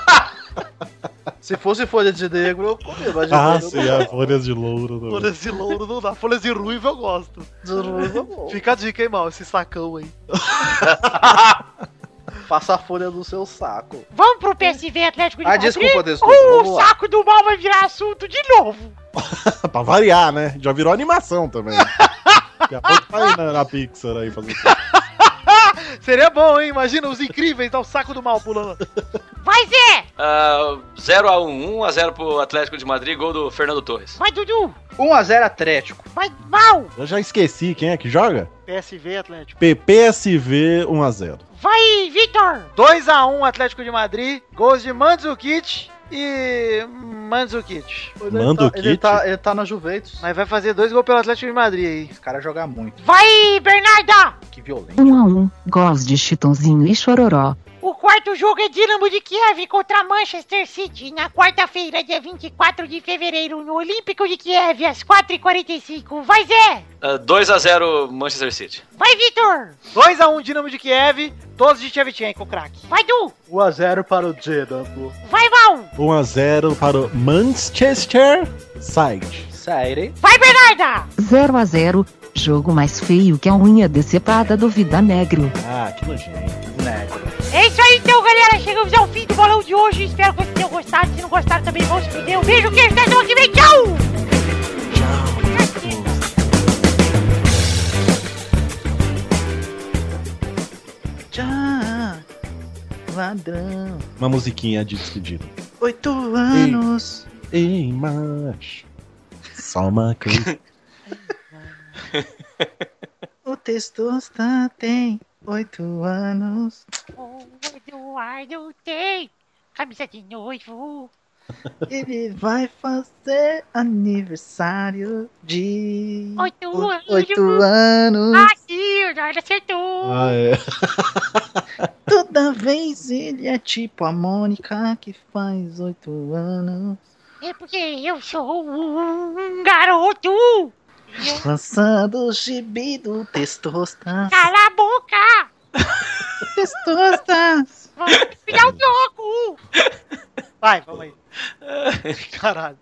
[SPEAKER 10] Se fosse folha de negro, eu comia, mas de
[SPEAKER 3] Ah,
[SPEAKER 10] louro,
[SPEAKER 3] sim, as folhas de louro. não.
[SPEAKER 5] Folhas de louro não dá. Folhas de ruivo eu gosto.
[SPEAKER 10] de louro, não.
[SPEAKER 5] Fica a dica, hein, mal, esse sacão aí.
[SPEAKER 10] Passa a folha no seu saco.
[SPEAKER 8] Vamos pro PSV Atlético de
[SPEAKER 10] Ah,
[SPEAKER 8] Madrid?
[SPEAKER 10] desculpa, desculpa.
[SPEAKER 8] Ou
[SPEAKER 10] vamos
[SPEAKER 8] o
[SPEAKER 10] lá.
[SPEAKER 8] saco do mal vai virar assunto de novo?
[SPEAKER 3] pra variar, né? Já virou animação também. Daqui a pouco tá aí na, na Pixar aí fazendo.
[SPEAKER 5] Seria bom, hein? Imagina os incríveis, dá o saco do mal pulando.
[SPEAKER 8] Vai, Zé!
[SPEAKER 6] Ah, 0x1, 1x0 pro Atlético de Madrid, gol do Fernando Torres.
[SPEAKER 8] Vai, Dudu!
[SPEAKER 4] 1x0 é Atlético.
[SPEAKER 8] Vai, Mal!
[SPEAKER 3] Eu já esqueci quem é que joga?
[SPEAKER 5] PSV Atlético.
[SPEAKER 3] PPSV 1x0.
[SPEAKER 8] Vai, Vitor!
[SPEAKER 5] 2x1 Atlético de Madrid, gols de Mandzukic e Mandzukic.
[SPEAKER 3] Manda o
[SPEAKER 10] Ele
[SPEAKER 3] kit.
[SPEAKER 10] tá, ele tá na Juventus.
[SPEAKER 5] Mas vai fazer dois gols pelo Atlético de Madrid aí.
[SPEAKER 4] Esse cara joga muito.
[SPEAKER 8] Vai, Bernarda!
[SPEAKER 4] Que violento.
[SPEAKER 9] 1 a 1 gols de Chitãozinho e Chororó.
[SPEAKER 8] O quarto jogo é Dinamo de Kiev contra Manchester City na quarta-feira, dia 24 de fevereiro, no Olímpico de Kiev, às 4h45. Vai, Zé!
[SPEAKER 6] Ah, 2x0 Manchester City.
[SPEAKER 8] Vai, Vitor!
[SPEAKER 5] 2x1 Dinamo de Kiev, 12 de Shevchenko, craque.
[SPEAKER 8] Vai, Du!
[SPEAKER 10] 1x0 para o Dinamo.
[SPEAKER 8] Vai, Val!
[SPEAKER 3] 1x0 para o Manchester Side.
[SPEAKER 10] Sério, hein?
[SPEAKER 8] Vai, Bernarda!
[SPEAKER 9] 0 a 0 jogo mais feio que a unha decepada do Vida Negro.
[SPEAKER 3] Ah, que nojento.
[SPEAKER 8] É isso aí, então, galera. Chegamos ao fim do bolão de hoje. Espero que vocês tenham gostado. Se não gostaram, também vão se fuder. Um beijo, queijo, até semana que vem. Tchau!
[SPEAKER 7] Já, ladrão.
[SPEAKER 3] Uma musiquinha de despedida.
[SPEAKER 7] Oito anos.
[SPEAKER 3] Ei, macho. Só uma coisa.
[SPEAKER 7] O testosta tem oito anos.
[SPEAKER 8] O Eduardo tem camisa de noivo.
[SPEAKER 7] Ele vai fazer aniversário de
[SPEAKER 8] Oito
[SPEAKER 7] o-
[SPEAKER 8] anos.
[SPEAKER 7] oito anos.
[SPEAKER 8] Aqui, o Eduardo acertou.
[SPEAKER 3] ah, é.
[SPEAKER 7] Toda vez ele é tipo a Mônica que faz oito anos.
[SPEAKER 8] É porque eu sou um garoto.
[SPEAKER 7] Lançando o gibi do Testosta.
[SPEAKER 8] Cala a boca.
[SPEAKER 7] Testosta!
[SPEAKER 8] Vai me dar um troco.
[SPEAKER 5] Vai, vamos aí. Caralho.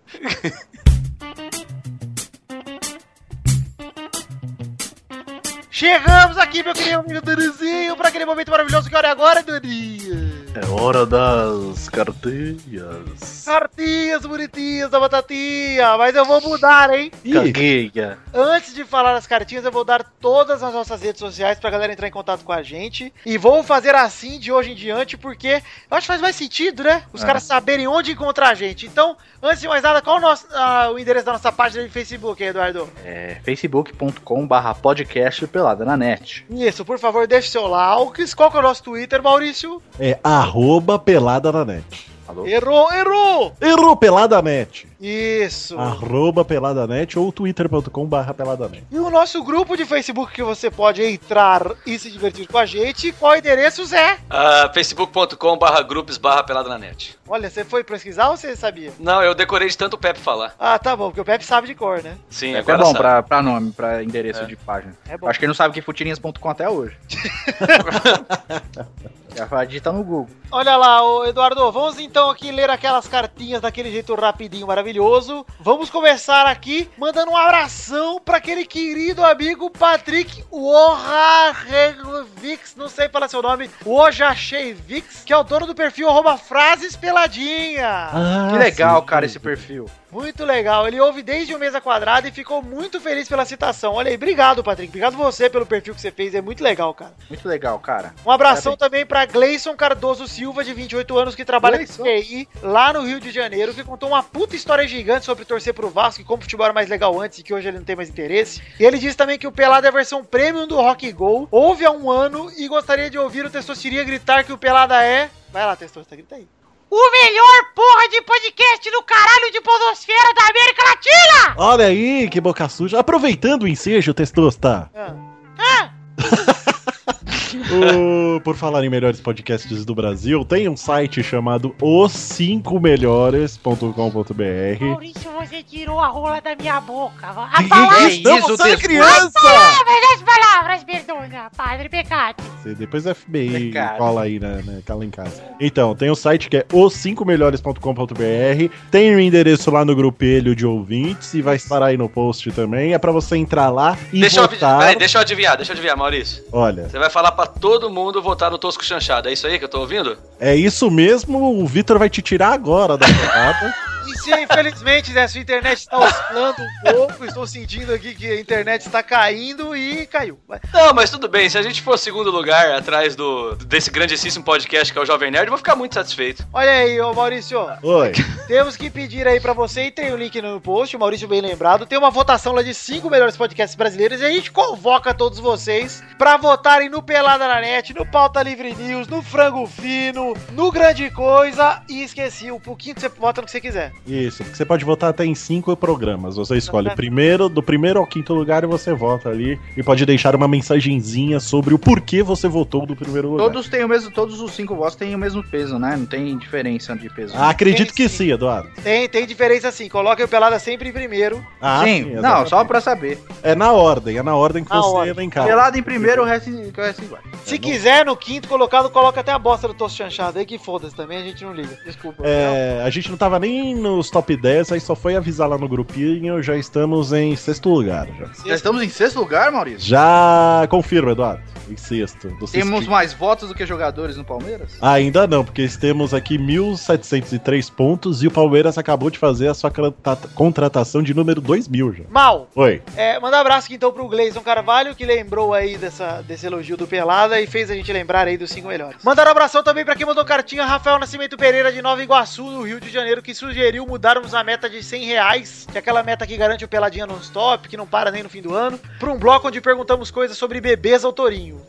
[SPEAKER 5] Chegamos aqui, meu querido amigo Danizinho, para aquele momento maravilhoso que hora é agora, Daninha.
[SPEAKER 3] É hora das cartinhas.
[SPEAKER 5] Cartinhas bonitinhas da batatinha, mas eu vou mudar, hein?
[SPEAKER 10] Cagueia.
[SPEAKER 5] Antes de falar as cartinhas, eu vou dar todas as nossas redes sociais pra galera entrar em contato com a gente. E vou fazer assim de hoje em diante, porque eu acho que faz mais sentido, né? Os
[SPEAKER 10] É.
[SPEAKER 5] caras saberem onde encontrar a gente. Então, antes de mais nada, qual o, nosso, ah, o endereço da nossa página de Facebook, hein, Eduardo?
[SPEAKER 4] É facebook.com barra podcast pelada na net.
[SPEAKER 5] Isso, por favor, deixe seu like. Qual que é o nosso Twitter, Maurício?
[SPEAKER 3] É arroba pelada na net.
[SPEAKER 5] Errou, errou!
[SPEAKER 3] Errou pelada net.
[SPEAKER 5] Isso.
[SPEAKER 3] Arroba pelada net ou twitter.com barra pelada net.
[SPEAKER 5] E o nosso grupo de Facebook que você pode entrar e se divertir com a gente. Qual o endereço, Zé?
[SPEAKER 6] Ah, facebook.com barra grupos barra pelada na net.
[SPEAKER 5] Olha, você foi pesquisar ou você sabia?
[SPEAKER 6] Não, eu decorei de tanto o Pepe falar.
[SPEAKER 5] Ah, tá bom, porque o Pepe sabe de cor, né?
[SPEAKER 6] Sim,
[SPEAKER 4] É,
[SPEAKER 6] agora
[SPEAKER 4] bom
[SPEAKER 6] sabe.
[SPEAKER 4] pra, pra nome, pra endereço de página.
[SPEAKER 5] É bom.
[SPEAKER 4] Acho que ele não sabe que é futirinhas.com até hoje. Já vai digitar no Google.
[SPEAKER 5] Olha lá, ô Eduardo, vamos então aqui ler aquelas cartinhas daquele jeito rapidinho, maravilhoso. Vamos começar aqui mandando um abração para aquele querido amigo Patrick Wojarevics, não sei falar seu nome, Wojachevics, que é o dono do perfil arroba frases peladinha.
[SPEAKER 3] Ah,
[SPEAKER 4] que legal, cara, esse perfil.
[SPEAKER 5] Muito legal, ele ouve desde o Mesa Quadrada e ficou muito feliz pela citação. Olha aí, obrigado Patrick, obrigado você pelo perfil que você fez, é muito legal, cara.
[SPEAKER 4] Muito legal, cara.
[SPEAKER 5] Um abração também pra Gleison Cardoso Silva, de 28 anos, que trabalha com TI lá no Rio de Janeiro, que contou uma puta história gigante sobre torcer pro Vasco e como o futebol era mais legal antes e que hoje ele não tem mais interesse. E ele diz também que o Pelado é a versão premium do Rock Go, ouve há um ano e gostaria de ouvir o Testosteria gritar que o Pelada é. Vai lá, Testosteria, grita aí.
[SPEAKER 8] o melhor porra de podcast do caralho de podosfera da América Latina!
[SPEAKER 3] Olha aí, que boca suja. Aproveitando o ensejo, Testosta.
[SPEAKER 5] Ah,
[SPEAKER 3] O- por falar em melhores podcasts do Brasil, tem um site chamado os5melhores.com.br.
[SPEAKER 8] Maurício, você tirou a rola da minha boca. A
[SPEAKER 3] Que
[SPEAKER 8] palavra...
[SPEAKER 3] isso, não, você é
[SPEAKER 10] Testosta?
[SPEAKER 3] criança!
[SPEAKER 8] Palavras, as palavras, perdona, padre pecado.
[SPEAKER 3] Você- Depois o
[SPEAKER 6] É
[SPEAKER 3] FBI
[SPEAKER 4] Pecado.
[SPEAKER 3] cola aí, né, né? Cala em casa. Então, tem o site que é os5melhores.com.br. Tem o endereço lá no grupelho de ouvintes e vai estar aí no post também. É pra você entrar lá e
[SPEAKER 6] Deixa eu,
[SPEAKER 3] votar.
[SPEAKER 6] peraí, deixa eu adivinhar, deixa eu adivinhar, Maurício.
[SPEAKER 3] Olha,
[SPEAKER 6] Você vai falar pra todo mundo votar no Tosco Chanchado, é isso aí que eu tô ouvindo?
[SPEAKER 3] é isso mesmo. O Vitor vai te tirar agora da rodada.
[SPEAKER 5] E se, infelizmente, né, sua internet está oscilando um pouco, estou sentindo aqui que a internet está caindo e caiu. Vai.
[SPEAKER 6] Não, mas tudo bem, se a gente for segundo lugar atrás do desse grandíssimo podcast que é o Jovem Nerd, eu vou ficar muito satisfeito.
[SPEAKER 5] Olha aí, ô Maurício,
[SPEAKER 3] Oi.
[SPEAKER 5] temos que pedir aí pra você, e tem o link no post, o Maurício bem lembrado, tem uma votação lá de cinco melhores podcasts brasileiros e a gente convoca todos vocês pra votarem no Pelada na Net, no Pauta Livre News, no Frango Fino, no Grande Coisa e esqueci, o pouquinho que você vota no que você quiser.
[SPEAKER 3] Isso, porque você pode votar até em cinco programas. Você escolhe primeiro, do primeiro ao quinto lugar e você vota ali. E pode deixar uma mensagenzinha sobre o porquê você votou do primeiro lugar.
[SPEAKER 4] Todos têm o mesmo, todos os cinco votos têm o mesmo peso, né? Não tem diferença de peso.
[SPEAKER 3] Ah, acredito
[SPEAKER 5] Sim,
[SPEAKER 3] que
[SPEAKER 5] sim.
[SPEAKER 3] sim, Eduardo.
[SPEAKER 5] Tem, tem diferença sim, coloquem o Pelada sempre em primeiro.
[SPEAKER 3] Ah,
[SPEAKER 4] Sim, não,
[SPEAKER 3] exatamente.
[SPEAKER 4] só pra saber.
[SPEAKER 3] É na ordem, é na ordem que
[SPEAKER 5] Na
[SPEAKER 3] você
[SPEAKER 5] ordem.
[SPEAKER 3] elencar.
[SPEAKER 4] Pelado em primeiro, o resto, o resto igual.
[SPEAKER 5] Se
[SPEAKER 3] É, não-
[SPEAKER 5] quiser, no quinto colocado, coloca até a bosta do Tosto Chanchado aí, que foda-se também, a gente não liga. Desculpa.
[SPEAKER 3] É, a gente não tava nem nos top 10, aí só foi avisar lá no grupinho, já estamos em sexto lugar. Já,
[SPEAKER 4] Já estamos em sexto lugar, Maurício?
[SPEAKER 3] já confirma, Eduardo. Em sexto. Do
[SPEAKER 4] Temos
[SPEAKER 3] sexto-
[SPEAKER 4] mais votos do que jogadores no Palmeiras?
[SPEAKER 3] Ainda não, porque temos aqui 1.703 pontos e o Palmeiras acabou de fazer a sua crata- contratação de número 2.000 já.
[SPEAKER 5] Mal,
[SPEAKER 3] Oi.
[SPEAKER 5] é, manda um abraço aqui então pro Gleison Carvalho, que lembrou aí dessa, desse elogio do Pelada e fez a gente lembrar aí dos cinco melhores. Mandaram um abração também pra quem mandou cartinha, Rafael Nascimento Pereira de Nova Iguaçu, no Rio de Janeiro, que sugeriu mudarmos a meta de 100 reais, que é aquela meta que garante o Peladinha non-stop, que não para nem no fim do ano, pra um bloco onde perguntamos coisas sobre bebês ao tourinho.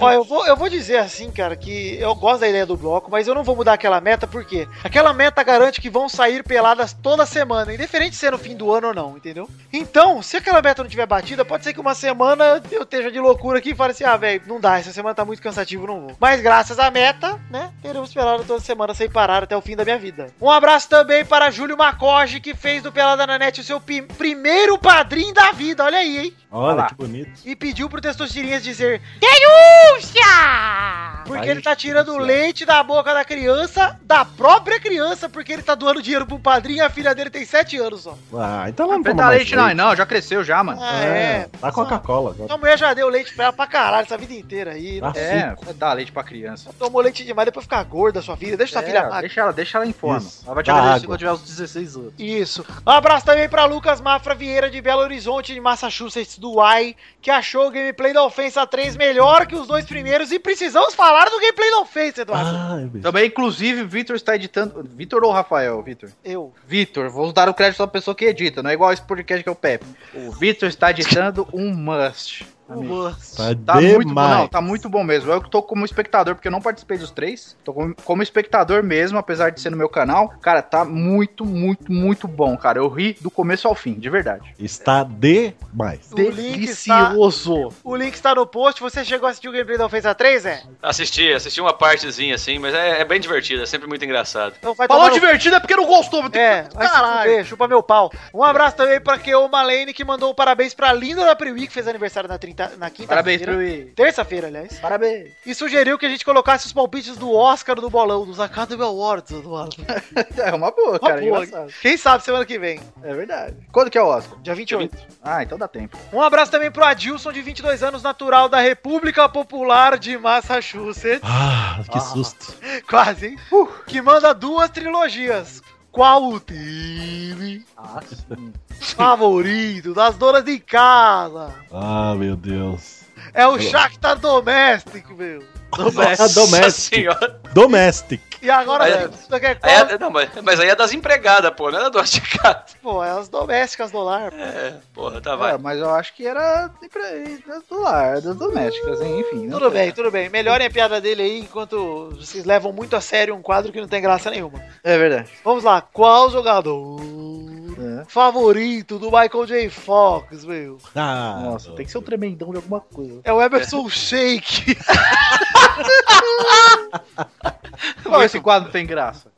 [SPEAKER 5] Ó, eu vou, eu vou dizer assim, cara, que eu gosto da ideia do bloco, mas eu não vou mudar aquela meta, por quê? Aquela meta garante que vão sair peladas toda semana, indiferente se é no fim do ano ou não, entendeu? Então, se aquela meta não tiver batida, pode ser que uma semana eu esteja de loucura aqui e fale assim, ah, velho, não dá, essa semana tá muito cansativo, não vou. Mas graças à meta, né, teremos pelada toda semana sem parar até o fim da minha vida. Um abraço também para Júlio Macoge, que fez do Pelada na Net o seu pi- primeiro padrinho da vida, olha aí, hein?
[SPEAKER 3] Olha
[SPEAKER 4] lá.
[SPEAKER 3] que bonito.
[SPEAKER 5] E pediu pro Testosterinhas dizer
[SPEAKER 8] Puxa!
[SPEAKER 5] porque
[SPEAKER 3] Vai
[SPEAKER 5] ele tá tirando
[SPEAKER 3] diferenciar.
[SPEAKER 5] leite da boca da criança, da própria criança, porque ele tá doando dinheiro pro padrinho e a filha dele tem 7 anos, ó.
[SPEAKER 3] Ah, então lá não toma
[SPEAKER 4] Não
[SPEAKER 3] mais
[SPEAKER 4] leite não, não, já cresceu já, mano.
[SPEAKER 5] Ah,
[SPEAKER 3] É,
[SPEAKER 5] é.
[SPEAKER 3] dá Coca-Cola agora.
[SPEAKER 5] Sua mulher já deu leite pra ela pra caralho essa vida inteira aí.
[SPEAKER 3] Dá
[SPEAKER 4] É,
[SPEAKER 3] suco.
[SPEAKER 4] dá leite pra criança.
[SPEAKER 5] Tomou leite demais, depois fica gorda sua filha. Deixa sua
[SPEAKER 4] É,
[SPEAKER 5] filha magra.
[SPEAKER 4] deixa ela, deixa ela em forma.
[SPEAKER 3] Isso.
[SPEAKER 4] Ela vai te
[SPEAKER 3] Dá
[SPEAKER 4] agradecer
[SPEAKER 3] água.
[SPEAKER 4] quando tiver os 16 anos.
[SPEAKER 5] Isso. Um abraço também pra Lucas Mafra Vieira de Belo Horizonte, de Massachusetts, do Uai, que achou o gameplay da Ofensa 3 melhor que os dois primeiros. E precisamos falar do gameplay da Ofensa, Eduardo.
[SPEAKER 3] Ah, é mesmo.
[SPEAKER 4] Também, inclusive, o Vitor está editando. Vitor ou Rafael, Vitor?
[SPEAKER 5] Eu.
[SPEAKER 4] Vitor, vou dar o crédito à pessoa que edita, não é igual esse podcast que é o Pepe. O Vitor está editando um must. amigo.
[SPEAKER 3] Tá,
[SPEAKER 4] Tá
[SPEAKER 3] demais.
[SPEAKER 4] muito bom, não, tá muito bom mesmo. Eu que tô como espectador, porque eu não participei dos três. Tô como, como espectador mesmo, apesar de ser no meu canal. Cara, tá muito, muito, muito bom, cara. Eu ri do começo ao fim, de verdade.
[SPEAKER 3] Está demais.
[SPEAKER 5] O link, tá- está, o link está no post. Você chegou a assistir o gameplay da Ofensa 3, é?
[SPEAKER 6] Assisti, assisti uma partezinha assim, mas é, é bem divertido, é sempre muito engraçado.
[SPEAKER 5] Então vai
[SPEAKER 4] Falou
[SPEAKER 5] tomar no
[SPEAKER 4] divertido é porque não gostou, mas tem
[SPEAKER 5] É, vai se
[SPEAKER 4] Caralho.
[SPEAKER 5] fuder, chupa meu pau. Um abraço também pra Keoma Lane, que mandou um parabéns pra Linda da Priwi, que fez aniversário na, 30 na quinta
[SPEAKER 4] Parabéns, Truí.
[SPEAKER 5] Terça-feira, aliás.
[SPEAKER 4] Parabéns.
[SPEAKER 5] E sugeriu que a gente colocasse os palpites do Oscar do bolão, dos Academy Awards, Eduardo.
[SPEAKER 4] É uma boa, cara.
[SPEAKER 5] boa.
[SPEAKER 4] engraçado.
[SPEAKER 5] Quem sabe semana que vem,
[SPEAKER 4] É verdade. Quando que é o Oscar?
[SPEAKER 5] dia 28.
[SPEAKER 4] Ah, então dá tempo.
[SPEAKER 5] Um abraço também pro Adilson, de 22 anos, natural da República Popular de Massachusetts.
[SPEAKER 3] Ah, que susto.
[SPEAKER 5] Quase, hein? que manda duas trilogias. Qual o time
[SPEAKER 4] Ah, sim.
[SPEAKER 5] favorito das donas de casa?
[SPEAKER 3] Ah, meu Deus.
[SPEAKER 5] É o Shakhtar doméstico, meu.
[SPEAKER 6] Nossa
[SPEAKER 3] doméstica.
[SPEAKER 6] senhora.
[SPEAKER 3] Domestic.
[SPEAKER 5] E agora,
[SPEAKER 6] Aí-
[SPEAKER 5] você quer-
[SPEAKER 6] Aí é- não, mas, mas aí é das empregadas, pô, não é da dona de casa.
[SPEAKER 5] Pô, é as domésticas do lar.
[SPEAKER 6] É, porra, tá, vai.
[SPEAKER 4] É, mas eu acho que era de pre- das do lar, das domésticas, hein? enfim. né?
[SPEAKER 5] Tudo bem, tudo bem. Melhorem a piada dele aí enquanto vocês levam muito a sério um quadro que não tem graça nenhuma.
[SPEAKER 10] É verdade.
[SPEAKER 5] Vamos lá, qual jogador
[SPEAKER 10] É.
[SPEAKER 5] favorito do Michael J. Fox, meu?
[SPEAKER 3] Ah,
[SPEAKER 10] Nossa, tem que ser um tremendão de alguma coisa.
[SPEAKER 5] É o Emerson Shake.
[SPEAKER 10] Qual esse quadro tem graça?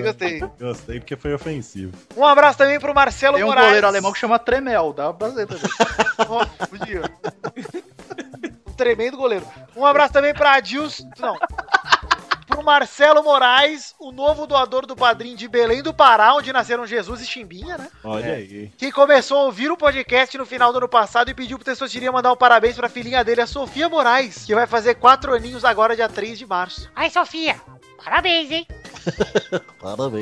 [SPEAKER 5] gostei.
[SPEAKER 10] um
[SPEAKER 3] Gostei porque foi ofensivo.
[SPEAKER 5] Um abraço também pro Marcelo
[SPEAKER 10] Tem um
[SPEAKER 5] Moraes.
[SPEAKER 10] goleiro alemão que chama Tremel, dá um prazer também.
[SPEAKER 5] Ó, podia. Um tremendo goleiro. Um abraço também pra Adilson. Não. Pro Marcelo Moraes, o novo doador do padrinho de Belém do Pará, onde nasceram Jesus e Chimbinha, né?
[SPEAKER 3] Olha aí.
[SPEAKER 5] Que começou a ouvir o podcast no final do ano passado e pediu pro Testosteria mandar um parabéns pra filhinha dele, a Sofia Moraes, que vai fazer quatro aninhos agora, dia 3 de março.
[SPEAKER 8] Ai, Sofia, parabéns, hein?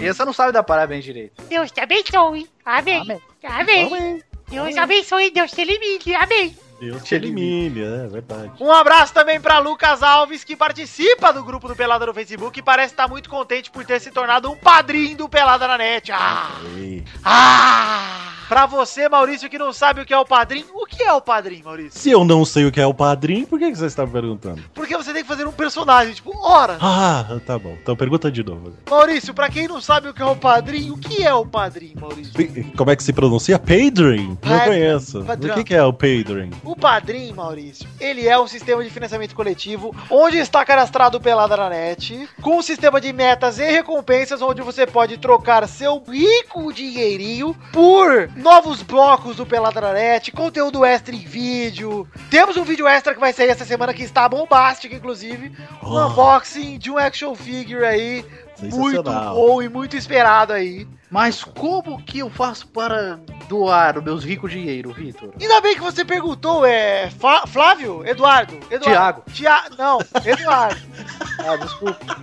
[SPEAKER 10] E essa não sabe dar parabéns direito.
[SPEAKER 8] Deus te abençoe. Amém.
[SPEAKER 10] Amém.
[SPEAKER 8] Amém. Deus te abençoe, Deus te limite. Amém.
[SPEAKER 3] Deus te elimine, é verdade.
[SPEAKER 5] Um abraço também pra Lucas Alves, que participa do grupo do Pelada no Facebook e parece estar muito contente por ter se tornado um padrinho do Pelada na Net. Ah!
[SPEAKER 3] Ei.
[SPEAKER 5] Ah! Pra você, Maurício, que não sabe o que é o padrinho, o que é o padrinho, Maurício?
[SPEAKER 3] Se eu não sei o que é o padrinho, por que, que você está me perguntando?
[SPEAKER 5] Porque você tem que fazer um personagem, tipo, ora!
[SPEAKER 3] Ah, tá bom. Então pergunta de novo.
[SPEAKER 5] Maurício, pra quem não sabe o que é o padrinho, o que é o padrinho, Maurício?
[SPEAKER 3] Como é que se pronuncia? Padrim? Não
[SPEAKER 5] Padrim.
[SPEAKER 3] conheço. O que, que é o Padrim?
[SPEAKER 5] O padrinho, Maurício, ele é um sistema de financiamento coletivo onde está cadastrado o Pelada na Net, com um sistema de metas e recompensas onde você pode trocar seu um rico dinheirinho por novos blocos do Pelada na Net, conteúdo extra em vídeo. Temos um vídeo extra que vai sair essa semana que está bombástico, inclusive. Um
[SPEAKER 3] Oh.
[SPEAKER 5] unboxing de um action figure aí, muito
[SPEAKER 3] Sensacional.
[SPEAKER 5] bom e muito esperado aí.
[SPEAKER 10] Mas como que eu faço para doar os meus ricos dinheiro, Vitor?
[SPEAKER 5] Ainda bem que você perguntou, é. Fa- Flávio? Eduardo? Eduardo.
[SPEAKER 10] Tiago.
[SPEAKER 5] Tia... Não, Eduardo. ah, desculpa.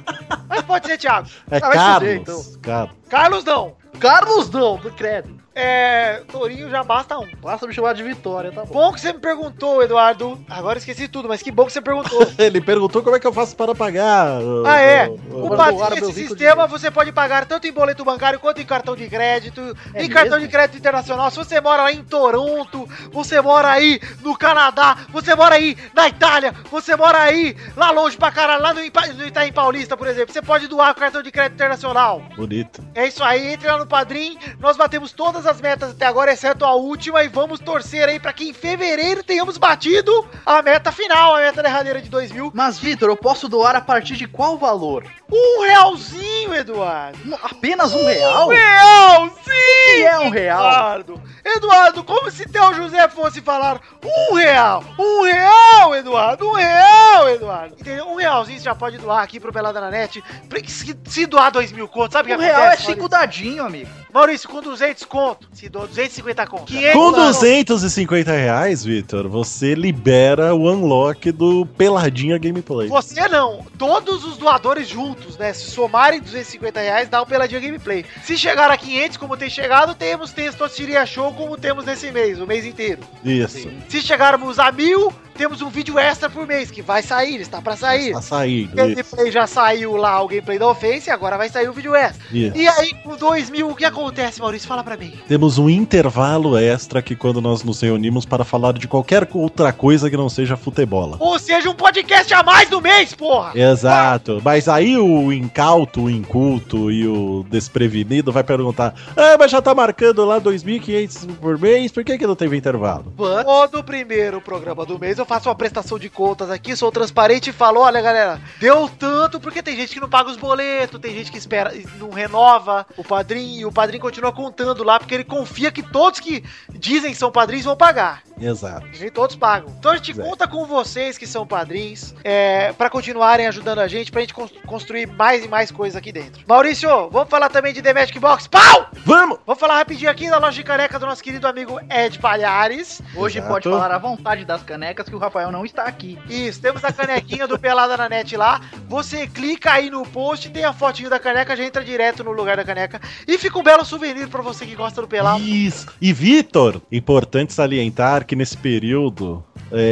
[SPEAKER 5] Mas pode ser Ah, Thiago.
[SPEAKER 3] É
[SPEAKER 10] vai
[SPEAKER 3] Carlos.
[SPEAKER 10] fuder, então.
[SPEAKER 3] Carlos.
[SPEAKER 5] Carlos não.
[SPEAKER 10] Carlos não, do credo.
[SPEAKER 5] É. Tourinho já basta um.
[SPEAKER 10] Basta me chamar de Vitória, tá bom.
[SPEAKER 5] Bom que você me perguntou, Eduardo. Agora eu esqueci tudo, mas que bom que você perguntou.
[SPEAKER 3] Ele perguntou como é que eu faço para pagar. ô,
[SPEAKER 5] Ah, é.
[SPEAKER 3] ô, ô,
[SPEAKER 5] O
[SPEAKER 10] Agora
[SPEAKER 5] padrinho
[SPEAKER 10] doaram meu
[SPEAKER 5] desse
[SPEAKER 10] rico
[SPEAKER 5] sistema
[SPEAKER 10] dinheiro.
[SPEAKER 5] você pode pagar tanto em boleto bancário quanto em cartão de crédito,
[SPEAKER 10] É
[SPEAKER 5] em cartão
[SPEAKER 10] mesmo?
[SPEAKER 5] de crédito internacional. Se você mora lá em Toronto, você mora aí no Canadá, você mora aí na Itália, você mora aí lá longe pra caralho, lá no, Ipa, no Itaim Paulista, por exemplo. Você pode doar com cartão de crédito internacional.
[SPEAKER 3] Bonito.
[SPEAKER 5] É isso aí, entre lá no Padrim. Nós batemos todas as metas até agora, exceto a última, e vamos torcer aí pra que em fevereiro tenhamos batido a meta final, a meta derradeira de 2 mil.
[SPEAKER 10] Mas, Vitor, eu posso doar a partir de qual valor?
[SPEAKER 5] Um realzinho, Eduardo!
[SPEAKER 10] Um- Apenas um real?
[SPEAKER 5] real, sim!
[SPEAKER 10] Que é um real?
[SPEAKER 5] Eduardo, Eduardo, como se Teu José fosse falar um real, um real, Eduardo, um real, Eduardo. Entendeu? Um realzinho você já pode doar aqui pro Pelada na Net. Pra- Se, se doar dois mil contos, sabe o
[SPEAKER 10] Um
[SPEAKER 5] que
[SPEAKER 10] real é
[SPEAKER 5] acontece,
[SPEAKER 10] cinco dadinho, amigo.
[SPEAKER 5] Maurício? Maurício, com 200 conto, se doa 250 conto. 500
[SPEAKER 3] Com
[SPEAKER 5] conto.
[SPEAKER 3] 250 reais, Vitor, você libera o unlock do Peladinha Gameplay.
[SPEAKER 5] Você não, todos os doadores juntos, né? Se somarem 250 reais, dá um peladinho gameplay. Se chegar a 500, como tem chegado, temos Testosteria Show, como temos nesse mês, o mês inteiro.
[SPEAKER 3] Isso.
[SPEAKER 5] Se chegarmos a mil, temos um vídeo extra por mês, que vai sair, está pra sair.
[SPEAKER 3] Tá saindo.
[SPEAKER 5] O
[SPEAKER 3] Isso.
[SPEAKER 5] gameplay já saiu lá, o gameplay da ofensa, e agora vai sair o vídeo extra.
[SPEAKER 3] isso.
[SPEAKER 5] E aí, com dois mil, o que acontece, Maurício? Fala pra mim.
[SPEAKER 3] Temos um intervalo extra que quando nós nos reunimos para falar de qualquer outra coisa que não seja futebola.
[SPEAKER 5] Ou seja, um podcast a mais no mês, porra!
[SPEAKER 3] Exato. Mas aí o incauto, o inculto e o desprevenido vai perguntar: Ah, mas já tá marcando lá 2.500 por mês, por que, que não teve intervalo?
[SPEAKER 5] Todo primeiro programa do mês eu faço uma prestação de contas aqui, sou transparente e falo, olha galera, deu tanto porque tem gente que não paga os boletos, tem gente que espera, não renova o padrinho, e o padrinho continua contando lá porque ele confia que todos que dizem que são padrinhos vão pagar.
[SPEAKER 3] Exato.
[SPEAKER 5] E todos pagam. Então a gente
[SPEAKER 3] Zé.
[SPEAKER 5] conta com vocês que são padrinhos é, para continuarem ajudando a gente, pra gente cons- construir mais e mais coisas aqui dentro. Maurício, vamos falar também de The Magic Box. Pau!
[SPEAKER 3] Vamos!
[SPEAKER 5] Vamos falar rapidinho aqui da loja de caneca do nosso querido amigo Ed Palhares.
[SPEAKER 10] Hoje
[SPEAKER 3] Exato.
[SPEAKER 10] pode falar à vontade das canecas que o
[SPEAKER 4] o Rafael não está aqui.
[SPEAKER 5] Isso, temos a canequinha do Pelada na Net lá. Você clica aí no post, tem a fotinho da caneca, já entra direto no lugar da caneca. E fica um belo souvenir pra você que gosta do Pelado.
[SPEAKER 3] Isso. E Vitor, importante salientar que nesse período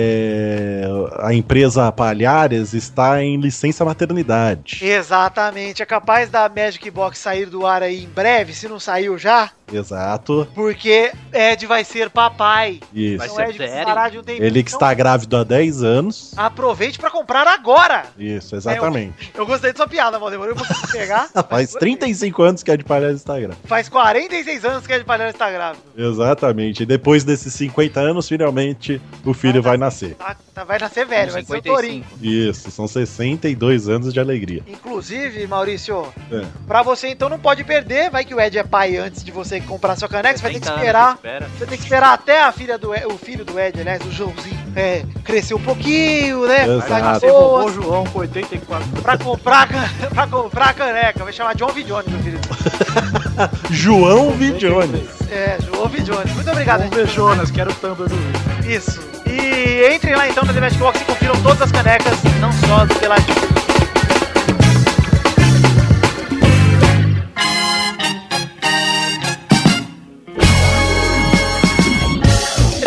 [SPEAKER 3] é, a empresa Palhares está em licença maternidade.
[SPEAKER 5] Exatamente, é capaz da Magic Box sair do ar aí em breve, se não saiu já,
[SPEAKER 3] Exato.
[SPEAKER 5] porque Ed vai ser papai.
[SPEAKER 3] Isso.
[SPEAKER 5] Então
[SPEAKER 4] ser
[SPEAKER 5] Ed
[SPEAKER 4] daddy.
[SPEAKER 5] precisará de um tempinho.
[SPEAKER 3] Ele que está grávido há 10 anos.
[SPEAKER 5] Então, aproveite pra comprar agora.
[SPEAKER 3] Isso,
[SPEAKER 10] É,
[SPEAKER 3] exatamente.
[SPEAKER 5] Eu gostei dessa piada, mano. Demorei um pouquinho pra pegar.
[SPEAKER 3] Faz 35 anos que é de Palhares está grávido.
[SPEAKER 5] Faz 46 anos que Ed Palhares tá grávido.
[SPEAKER 3] Exatamente. E depois desses 50 anos, finalmente, o filho vai nascer.
[SPEAKER 5] Tá, tá- vai nascer velho, vai ser o Torinho.
[SPEAKER 3] Isso, são 62 anos de alegria.
[SPEAKER 5] Inclusive, Maurício,
[SPEAKER 3] É.
[SPEAKER 5] pra você então não pode perder, vai que o Ed é pai antes de você comprar sua caneca, você vai ter que esperar.
[SPEAKER 6] Espera.
[SPEAKER 5] Você tem que esperar até a filha do Ed, o filho do Ed, aliás, o Joãozinho, é, crescer um pouquinho, né?
[SPEAKER 3] Exato.
[SPEAKER 5] Vai de
[SPEAKER 3] Você
[SPEAKER 5] boas,
[SPEAKER 10] O João com 84.
[SPEAKER 5] pra comprar, a can- pra comprar a caneca. Vai chamar John Vidione, meu filho.
[SPEAKER 3] João Vidiones.
[SPEAKER 5] É, João Vidione. Muito obrigado, Ed.
[SPEAKER 10] Beijonas, quero o Tumblr do Rio.
[SPEAKER 5] Isso. E entrem lá então na The Magic Box e confiram todas as canecas, não só do Peladinho.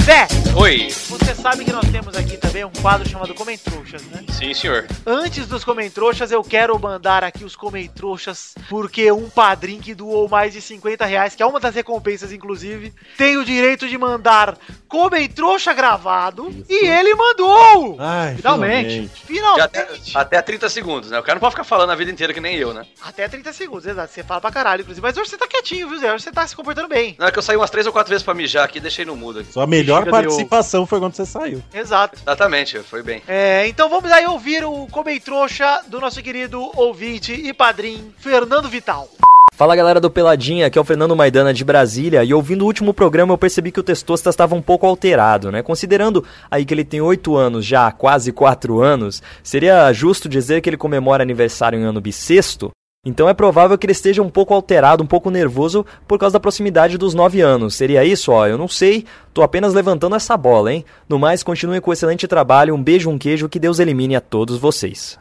[SPEAKER 5] Zé,
[SPEAKER 6] Oi.
[SPEAKER 5] você sabe que nós temos aqui também um quadro chamado Comentrouxas, né?
[SPEAKER 6] Sim, senhor.
[SPEAKER 5] Antes dos Comentrouxas, eu quero mandar aqui os Comentrouxas, porque um padrinho que doou mais de 50 reais, que é uma das recompensas, inclusive, tem o direito de mandar Comentrouxa gravado, e ele mandou!
[SPEAKER 3] Ai,
[SPEAKER 4] Finalmente.
[SPEAKER 6] De até,
[SPEAKER 5] Finalmente!
[SPEAKER 6] até 30 segundos, né? O cara não pode ficar falando a vida inteira que nem eu, né?
[SPEAKER 5] Até 30 segundos, exato. Você fala pra caralho, inclusive. Mas hoje você tá quietinho, viu, Zé? Hoje você tá se comportando bem.
[SPEAKER 6] Na hora que eu saí umas três ou quatro vezes pra mijar aqui, deixei no mudo aqui.
[SPEAKER 3] Sua melhor
[SPEAKER 10] Chega de
[SPEAKER 3] participação foi quando você saiu.
[SPEAKER 5] Exato.
[SPEAKER 6] Exatamente, foi bem.
[SPEAKER 5] É, então vamos aí ouvir o Comentrouxa do nosso querido ouvinte e padrinho, Fernando Vital.
[SPEAKER 11] Fala galera do Peladinha, aqui é o Fernando Maidana de Brasília e ouvindo o último programa eu percebi que o Testosta estava um pouco alterado, né? Considerando aí que ele tem 8 anos já, quase 4 anos, seria justo dizer que ele comemora aniversário em ano bissexto? Então é provável que ele esteja um pouco alterado, um pouco nervoso por causa da proximidade dos 9 anos. Seria isso? Ó, eu não sei, tô apenas levantando essa bola, hein? No mais, continue com o excelente trabalho, um beijo, um queijo, que Deus elimine a todos vocês.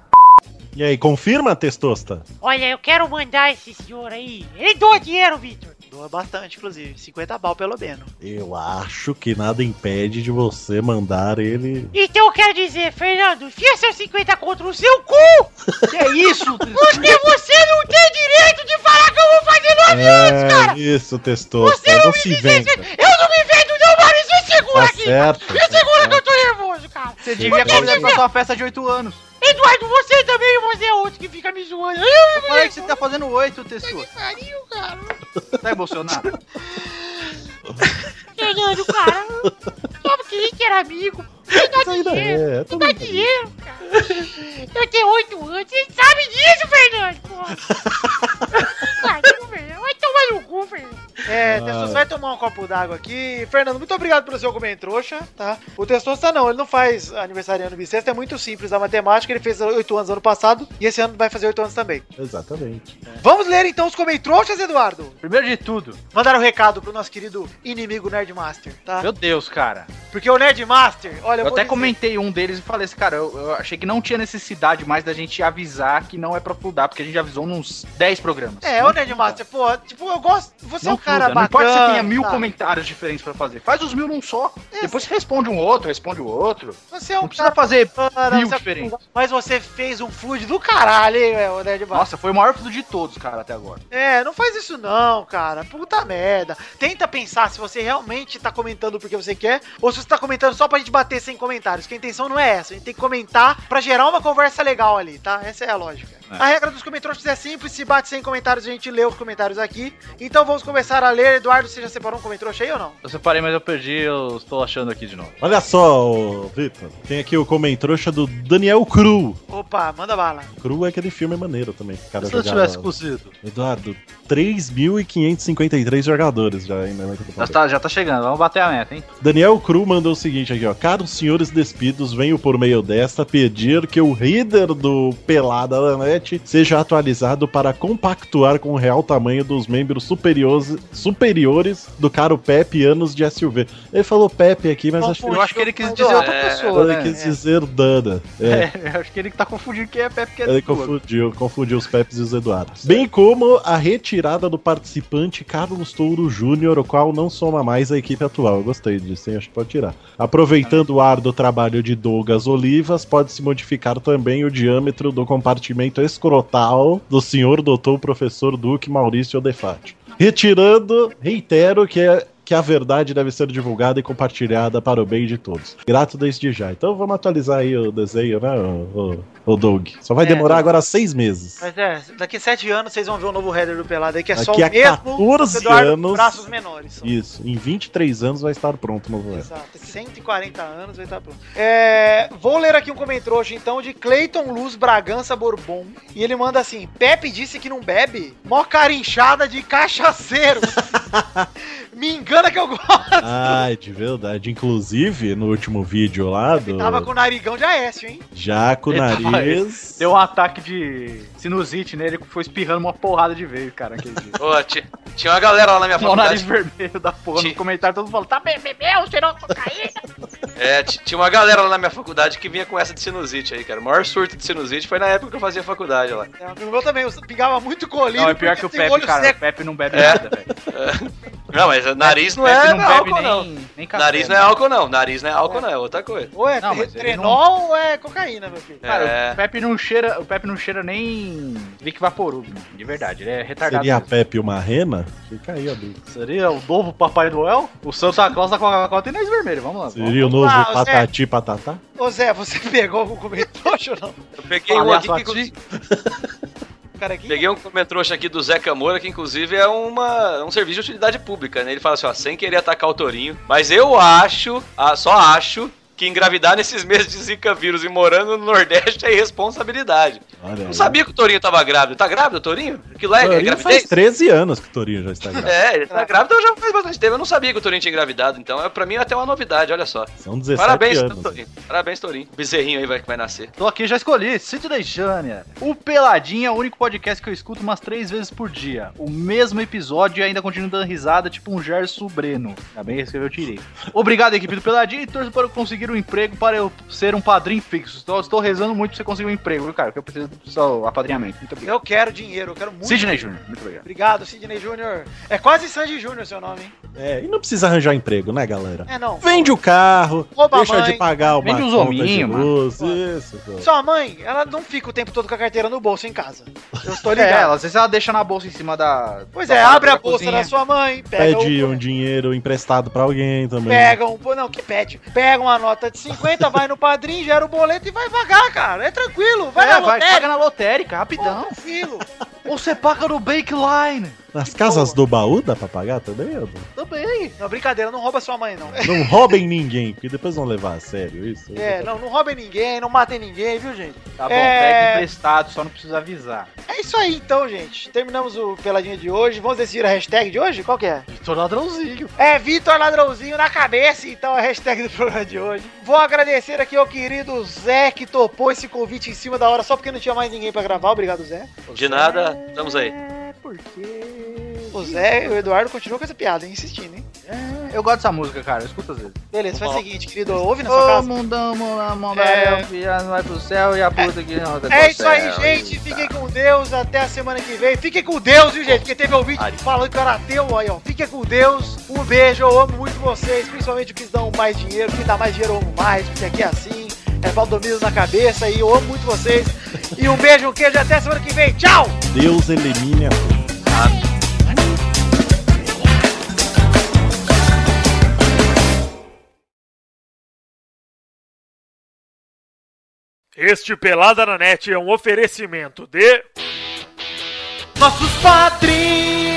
[SPEAKER 3] E aí, confirma, Testosta?
[SPEAKER 8] Olha, eu quero mandar esse senhor aí. Ele doa dinheiro, Vitor.
[SPEAKER 5] Doa bastante, inclusive. 50 bal, pelo menos.
[SPEAKER 3] Eu acho que nada impede de você mandar ele.
[SPEAKER 8] Então eu quero dizer, Fernando, enfia seus 50 contra o seu cu!
[SPEAKER 10] Que é isso?
[SPEAKER 8] Porque você não tem direito de falar que eu vou fazer nove anos, cara!
[SPEAKER 3] É, isso, Testosta.
[SPEAKER 8] Você é um não
[SPEAKER 3] Não
[SPEAKER 8] me
[SPEAKER 3] se
[SPEAKER 8] diz
[SPEAKER 3] vende.
[SPEAKER 8] isso! Eu não me vendo, não, Maurício! Me segura
[SPEAKER 3] Tá
[SPEAKER 8] aqui!
[SPEAKER 3] certo.
[SPEAKER 8] Me segura que eu tô nervoso, cara!
[SPEAKER 10] Você devia
[SPEAKER 8] Por que
[SPEAKER 10] convidar
[SPEAKER 8] que
[SPEAKER 10] pra sua festa de 8 anos.
[SPEAKER 8] Eduardo, você também, você é outro que fica me zoando!
[SPEAKER 10] Eu falei que você tá fazendo 8, Tessu.
[SPEAKER 8] Pariu, cara!
[SPEAKER 10] Tá emocionado?
[SPEAKER 8] Fernando, cara! Sabe que a gente era amigo? Você dá
[SPEAKER 3] Ainda
[SPEAKER 8] dinheiro!
[SPEAKER 3] é,
[SPEAKER 8] Você
[SPEAKER 3] todo
[SPEAKER 8] dá
[SPEAKER 3] mundo-
[SPEAKER 8] dinheiro, cara! Eu tenho oito anos, você sabe disso, Fernando! porra. Pariu, Fernando! Vai tomar no cu, Fernando!
[SPEAKER 5] É,
[SPEAKER 3] Ah.
[SPEAKER 5] Testosta vai tomar um copo d'água aqui. Fernando, muito obrigado pelo seu comentrouxa, tá? O Testosta não, ele não faz aniversário ano bissexto, é muito simples a matemática, ele fez 8 anos ano passado e esse ano vai fazer 8 anos também.
[SPEAKER 3] Exatamente.
[SPEAKER 4] É.
[SPEAKER 5] Vamos ler então os comentrouxas, Eduardo?
[SPEAKER 4] Primeiro de tudo,
[SPEAKER 5] Mandar um recado pro nosso querido inimigo Nerdmaster, tá?
[SPEAKER 4] meu Deus, cara.
[SPEAKER 5] Porque o Nerdmaster, olha,
[SPEAKER 4] Eu,
[SPEAKER 5] vou
[SPEAKER 4] até
[SPEAKER 5] dizer-
[SPEAKER 4] comentei um deles e falei assim, cara, eu, eu achei que não tinha necessidade mais da gente avisar que não é pra fludar, porque a gente avisou nos 10 programas.
[SPEAKER 5] É, o Nerdmaster, pô, tipo, eu gosto, você é
[SPEAKER 4] Não
[SPEAKER 5] um cara
[SPEAKER 4] fluda, não
[SPEAKER 5] bacana.
[SPEAKER 4] importa se você tenha mil
[SPEAKER 5] tá?
[SPEAKER 4] comentários diferentes pra fazer. Faz os mil num só. Depois você responde um outro, responde o outro.
[SPEAKER 5] Você é
[SPEAKER 4] não
[SPEAKER 5] um
[SPEAKER 4] precisa
[SPEAKER 5] cara
[SPEAKER 4] fazer
[SPEAKER 5] bacana,
[SPEAKER 4] mil
[SPEAKER 5] você é-
[SPEAKER 4] diferentes.
[SPEAKER 5] mas você fez um food do caralho, hein, o Nerdmaster.
[SPEAKER 4] Nossa, foi o maior fludo de todos, cara, até agora.
[SPEAKER 5] É, não faz isso não, cara. Puta merda. Tenta pensar se você realmente tá comentando porque você quer ou se você tá comentando só pra gente bater sem comentários. Que a intenção não é essa. A gente tem que comentar pra gerar uma conversa legal ali, tá? Essa é a lógica. A regra dos comentários é simples. Se bate sem comentários, a gente lê os comentários aqui. Então vamos começar a ler. Eduardo, você já separou um comentrouxa aí ou não?
[SPEAKER 10] Eu separei, mas eu perdi, eu estou achando aqui de novo.
[SPEAKER 3] Olha só, ô, Vitor. Tem aqui o comentrouxa do Daniel Cru.
[SPEAKER 5] Opa, manda bala.
[SPEAKER 3] Cru é aquele filme maneiro também. que o Cara
[SPEAKER 10] Se eu
[SPEAKER 3] jogava-
[SPEAKER 10] tivesse cozido.
[SPEAKER 3] Eduardo, 3.553 jogadores já ainda. é
[SPEAKER 4] Já tá, já tá chegando, vamos bater a meta, hein?
[SPEAKER 3] Daniel Cru mandou o seguinte aqui, ó. Caros senhores despidos, venho por meio desta pedir que o reader do Pelada Lanete seja atualizado para compactuar com o real tamanho dos membros superiores, superiores do caro Pepe anos de SUV. Ele falou Pepe aqui, mas acho que,
[SPEAKER 4] Eu acho que ele quis dizer outra pessoa,
[SPEAKER 3] ele
[SPEAKER 4] né?
[SPEAKER 3] quis dizer Dana. É.
[SPEAKER 4] É, eu acho que ele tá confundindo quem é Pepe que é
[SPEAKER 3] Ele
[SPEAKER 4] tua.
[SPEAKER 3] confundiu, confundiu os Pepes e os Eduardos. Bem como a retirada do participante Carlos Touro Júnior, o qual não soma mais a equipe atual. Eu gostei disso, hein? Acho que pode tirar. Aproveitando o ar do trabalho de Douglas Olivas, pode-se modificar também o diâmetro do compartimento escrotal do senhor doutor professor Duque Maurício Defati. Retirando, reitero que é que a verdade deve ser divulgada e compartilhada para o bem de todos. Grato desde já. Então vamos atualizar aí o desenho, né, o, o, o Doug? Só vai
[SPEAKER 5] É,
[SPEAKER 3] demorar
[SPEAKER 5] Doug.
[SPEAKER 3] agora seis meses.
[SPEAKER 5] Mas é, daqui sete anos vocês vão ver o novo header do Pelado aí, que é só o
[SPEAKER 3] Daqui a
[SPEAKER 5] mesmo
[SPEAKER 3] 14
[SPEAKER 5] do Eduardo
[SPEAKER 3] anos.
[SPEAKER 5] braços menores. só.
[SPEAKER 3] Isso, em 23 anos vai estar pronto no voeiro.
[SPEAKER 5] Exato. 140 anos vai estar pronto. É, vou ler aqui um comentário hoje, então, de Cleiton Luz Bragança Bourbon. E ele manda assim: Pepe disse que não bebe? Mó carinchada de cachaceiro. Me engana que eu gosto.
[SPEAKER 3] Ai, de verdade. Inclusive, no último vídeo lá do
[SPEAKER 5] Tava com o narigão de Aécio, hein?
[SPEAKER 3] Jaco
[SPEAKER 4] Ele tava-
[SPEAKER 3] Nariz.
[SPEAKER 4] Deu um ataque de sinusite nele, que foi espirrando uma porrada de vez, cara, aquele dia.
[SPEAKER 6] Ô, ti- tinha uma galera lá na minha
[SPEAKER 4] Tinha um nariz
[SPEAKER 6] faculdade.
[SPEAKER 4] vermelho da porra. No comentário todo mundo falou, tá bem,
[SPEAKER 8] Bebeu, cheirou cocaína.
[SPEAKER 6] É, ti- tinha uma galera lá na minha faculdade que vinha com essa de sinusite aí, cara. O maior surto de sinusite foi na época que eu fazia faculdade lá.
[SPEAKER 5] É, um amigo meu também eu pingava muito colírio.
[SPEAKER 4] Não, é pior
[SPEAKER 5] porque
[SPEAKER 4] que o
[SPEAKER 5] tem olho
[SPEAKER 4] Pepe, cara.
[SPEAKER 5] seco.
[SPEAKER 4] O Pepe não bebe
[SPEAKER 6] É.
[SPEAKER 4] nada, velho.
[SPEAKER 6] É. Não, mas nariz não
[SPEAKER 4] Pepe
[SPEAKER 6] é,
[SPEAKER 4] não
[SPEAKER 6] não é
[SPEAKER 4] bebe
[SPEAKER 6] álcool,
[SPEAKER 4] nem-
[SPEAKER 6] não.
[SPEAKER 4] nem café,
[SPEAKER 6] Nariz não é
[SPEAKER 4] né?
[SPEAKER 6] álcool, não. Nariz não é álcool, não. É outra coisa.
[SPEAKER 5] Ou é
[SPEAKER 4] Não, mas ele
[SPEAKER 5] trenol ou é cocaína, meu filho.
[SPEAKER 4] Cara,
[SPEAKER 6] É.
[SPEAKER 4] o Pepe não cheira, o Pepe não cheira nem Vic Vaporub, mano, de verdade, ele é retardado.
[SPEAKER 3] Seria a
[SPEAKER 4] Seria,
[SPEAKER 3] Pepe uma rena? Fica aí, amigo.
[SPEAKER 4] o novo Papai Noel? O Santa Claus da Coca-Cola tem nariz vermelho, vamos lá.
[SPEAKER 3] Seria o novo
[SPEAKER 5] lá, Zé.
[SPEAKER 3] Patati Patatá?
[SPEAKER 5] Ô Zé, você pegou algum comentário ou não?
[SPEAKER 6] Eu peguei um
[SPEAKER 4] Palhaço
[SPEAKER 6] aqui que,
[SPEAKER 5] O cara aqui.
[SPEAKER 6] Peguei um comentrouxa aqui do Zé Camora, que inclusive é uma, um serviço de utilidade pública, né? Ele fala assim, ó, sem querer atacar o Torinho, mas eu acho, ah, só acho, que engravidar nesses meses de zika vírus e morando no Nordeste é irresponsabilidade.
[SPEAKER 3] Olha
[SPEAKER 6] Não
[SPEAKER 3] aí.
[SPEAKER 6] sabia que o Torinho tava grávido. Tá grávido, Torinho? Aquilo lá é, é
[SPEAKER 3] É. Torinho faz
[SPEAKER 6] gravidez?
[SPEAKER 3] 13 anos que o Torinho já está grávido.
[SPEAKER 6] É, ele tá grávido já faz bastante tempo. Eu não sabia que o Torinho tinha engravidado, então é, pra mim é até uma novidade, olha só.
[SPEAKER 3] São 17
[SPEAKER 6] Parabéns,
[SPEAKER 3] anos.
[SPEAKER 6] então, Torinho. Parabéns, Torinho. O bezerrinho aí vai, que vai nascer.
[SPEAKER 4] Tô aqui, já escolhi. Sidney Jânia. O Peladinha é o único podcast que eu escuto umas três vezes por dia. O mesmo episódio e ainda continuo dando risada, tipo um Gerson Breno. Ainda bem que eu tirei. Obrigado, equipe do Peladinha, e torço para eu conseguir um emprego para eu ser um padrinho fixo. Estou, estou rezando muito pra você conseguir um emprego, viu, cara? Porque eu preciso do seu apadrinhamento. Muito obrigado.
[SPEAKER 5] Eu quero dinheiro, eu quero muito.
[SPEAKER 4] Sidney Júnior, muito obrigado.
[SPEAKER 5] Obrigado, Sidney Júnior. É quase Sandy Júnior seu nome, hein?
[SPEAKER 3] É, e não precisa arranjar emprego, né, galera?
[SPEAKER 5] É não.
[SPEAKER 3] Vende o carro,
[SPEAKER 5] Rouba a
[SPEAKER 3] deixa
[SPEAKER 5] mãe,
[SPEAKER 3] de pagar uma
[SPEAKER 4] vende os
[SPEAKER 3] conta de
[SPEAKER 4] hominhos, mano.
[SPEAKER 3] luz, isso. pô.
[SPEAKER 5] Sua mãe, ela não fica o tempo todo com a carteira no bolso em casa. Eu estou
[SPEAKER 4] É,
[SPEAKER 5] ligado.
[SPEAKER 4] ela, às vezes ela deixa na bolsa em cima da.
[SPEAKER 5] Pois
[SPEAKER 4] da-
[SPEAKER 5] é, abre
[SPEAKER 4] da
[SPEAKER 5] a bolsa
[SPEAKER 4] cozinha.
[SPEAKER 5] da sua mãe, pega
[SPEAKER 3] Pede
[SPEAKER 5] um,
[SPEAKER 3] um dinheiro emprestado pra alguém também.
[SPEAKER 5] pega um, pô, não, que pede. Pega uma nota de 50, vai no padrinho, gera o boleto e vai pagar, cara. É tranquilo, vai
[SPEAKER 4] é,
[SPEAKER 5] na
[SPEAKER 4] vai,
[SPEAKER 5] lotérica.
[SPEAKER 4] paga na lotérica, rapidão.
[SPEAKER 5] Tranquilo.
[SPEAKER 4] Ou você paga no Bakeline.
[SPEAKER 3] Nas casas do baú dá pra pagar também, Edu?
[SPEAKER 5] Também. Não, brincadeira, não rouba sua mãe, não.
[SPEAKER 3] Não roubem ninguém, porque depois vão levar a sério isso.
[SPEAKER 5] É, não, não roubem ninguém, não matem ninguém, viu, gente?
[SPEAKER 4] Tá bom,
[SPEAKER 5] É.
[SPEAKER 4] pega emprestado, só não precisa avisar.
[SPEAKER 5] É isso aí, então, gente. Terminamos o Peladinha de hoje. Vamos decidir a hashtag de hoje? Qual que é?
[SPEAKER 4] Vitor Ladrãozinho.
[SPEAKER 5] É Vitor Ladrãozinho na cabeça, então a hashtag do programa de hoje. Vou agradecer aqui ao querido Zé que topou esse convite em cima da hora só porque não tinha mais ninguém pra gravar. Obrigado, Zé.
[SPEAKER 6] De nada, estamos aí.
[SPEAKER 5] O Zé e o Eduardo continuam com essa piada, hein? insistindo, hein?
[SPEAKER 4] É, Eu gosto dessa música, cara. Escuta às vezes.
[SPEAKER 5] Beleza, faz o seguinte, querido, ouve na sua
[SPEAKER 7] Ô,
[SPEAKER 5] casa.
[SPEAKER 7] mundão, mundão, mundão,
[SPEAKER 5] É.
[SPEAKER 7] é. vai pro céu e a puta que
[SPEAKER 4] tá
[SPEAKER 7] não vai pro
[SPEAKER 5] É isso aí,
[SPEAKER 7] céu.
[SPEAKER 5] gente. Fiquem com Deus. Até a semana que vem. Fiquem com Deus, viu, gente? Porque teve um vídeo falando que eu era ateu aí, ó. Fiquem com Deus. Um beijo. Eu amo muito vocês. Principalmente que dão mais dinheiro. Quem dá mais dinheiro, eu amo mais. Porque aqui é assim. É Valdomiro na cabeça. E eu amo muito vocês. E um beijo, um queijo. Até a semana que vem. Tchau!
[SPEAKER 3] Deus elimine a
[SPEAKER 12] Este Pelada na Net é um oferecimento de.
[SPEAKER 5] Nossos padrinhos!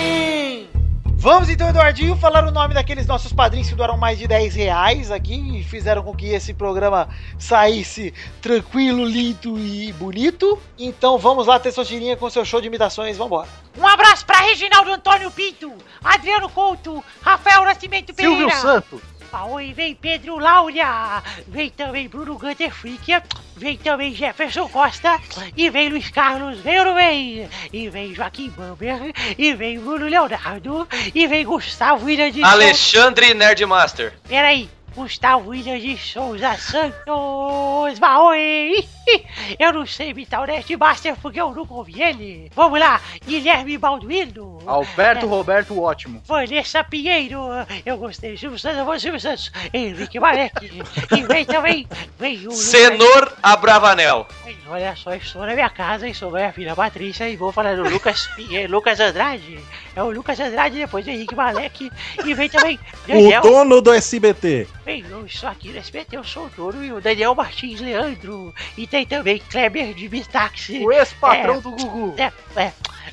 [SPEAKER 5] Vamos então, Eduardinho, falar o nome daqueles nossos padrinhos que doaram mais de 10 reais aqui e fizeram com que esse programa saísse tranquilo, lindo e bonito. Então vamos lá ter sua tirinha com seu show de imitações, vambora.
[SPEAKER 8] Um abraço pra Reginaldo Antônio Pinto, Adriano Couto, Rafael Nascimento Pereira,
[SPEAKER 4] Silvio Santos.
[SPEAKER 8] Aoi, vem Pedro Laura, vem também Bruno Gunter Frick, vem também Jefferson Costa, e vem Luiz Carlos, vem ou não vem? E vem Joaquim Bamberg, e vem Bruno Leonardo, e vem Gustavo William de
[SPEAKER 6] Alexandre Nerdmaster.
[SPEAKER 8] Peraí, Gustavo William de Souza Santos Maoi! Eu não sei imitar o Nerdmaster porque eu nunca ouvi ele. Vamos lá, Guilherme Balduino.
[SPEAKER 4] Alberto
[SPEAKER 8] É.
[SPEAKER 4] Roberto ótimo.
[SPEAKER 8] Vanessa Pinheiro, eu gostei, Silvio Santos, eu vou Silvio Santos, Henrique Malek, e vem também, vem o...
[SPEAKER 6] Senor Abravanel.
[SPEAKER 8] Olha só, estou na minha casa, estou na minha filha Patrícia e vou falar do Lucas Pinheiro, Lucas Andrade, é o Lucas Andrade, depois o Henrique Malek, e vem também
[SPEAKER 4] é
[SPEAKER 3] O dono do SBT.
[SPEAKER 8] Bem, eu estou aqui no SBT, eu sou o dono e o Daniel Martins Leandro. E tem também Kleber de Bistaxi.
[SPEAKER 4] O ex-patrão do Gugu.
[SPEAKER 8] É, é,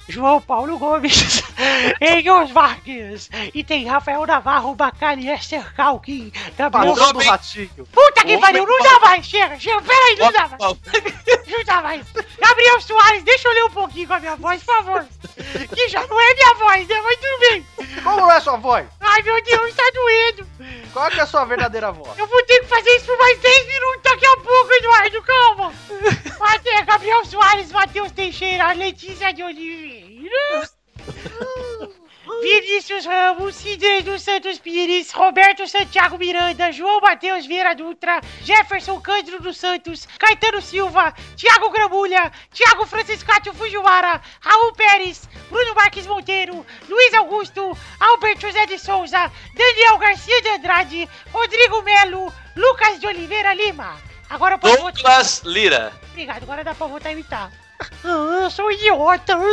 [SPEAKER 8] João Paulo Gomes, Engels Marques. E tem Rafael Navarro, Bacari Esther Kalkin. Gabriel
[SPEAKER 4] Patrão do
[SPEAKER 8] Rodrigues.
[SPEAKER 4] ratinho.
[SPEAKER 8] Puta que
[SPEAKER 4] Homem
[SPEAKER 8] pariu, não dá mais, chega, chega, peraí, não dá mais. Não dá mais. Gabriel Soares, deixa eu ler um pouquinho com a minha voz, por favor. Que já não é minha voz, né? Mas tudo bem.
[SPEAKER 4] Como não é sua voz?
[SPEAKER 8] Ai, meu Deus, tá doendo.
[SPEAKER 4] Qual que é a sua verdadeira voz?
[SPEAKER 8] Eu vou ter que fazer isso por mais 10 minutos daqui a pouco, Eduardo, calma. Até é Gabriel Soares, Matheus Teixeira, Letícia de Oliveira. Vinícius Ramos, Sidney dos Santos Pires, Roberto Santiago Miranda, João Matheus Vieira Dutra, Jefferson Cândido dos Santos, Caetano Silva, Thiago Gramulha, Thiago Franciscátio Fujiwara, Raul Pérez, Bruno Marques Monteiro, Luiz Augusto, Albert José de Souza, Daniel Garcia de Andrade, Rodrigo Melo, Lucas de Oliveira Lima. Agora eu posso votar.
[SPEAKER 6] Douglas Lira.
[SPEAKER 8] Obrigado, agora dá pra voltar a imitar. Ah, eu sou um idiota.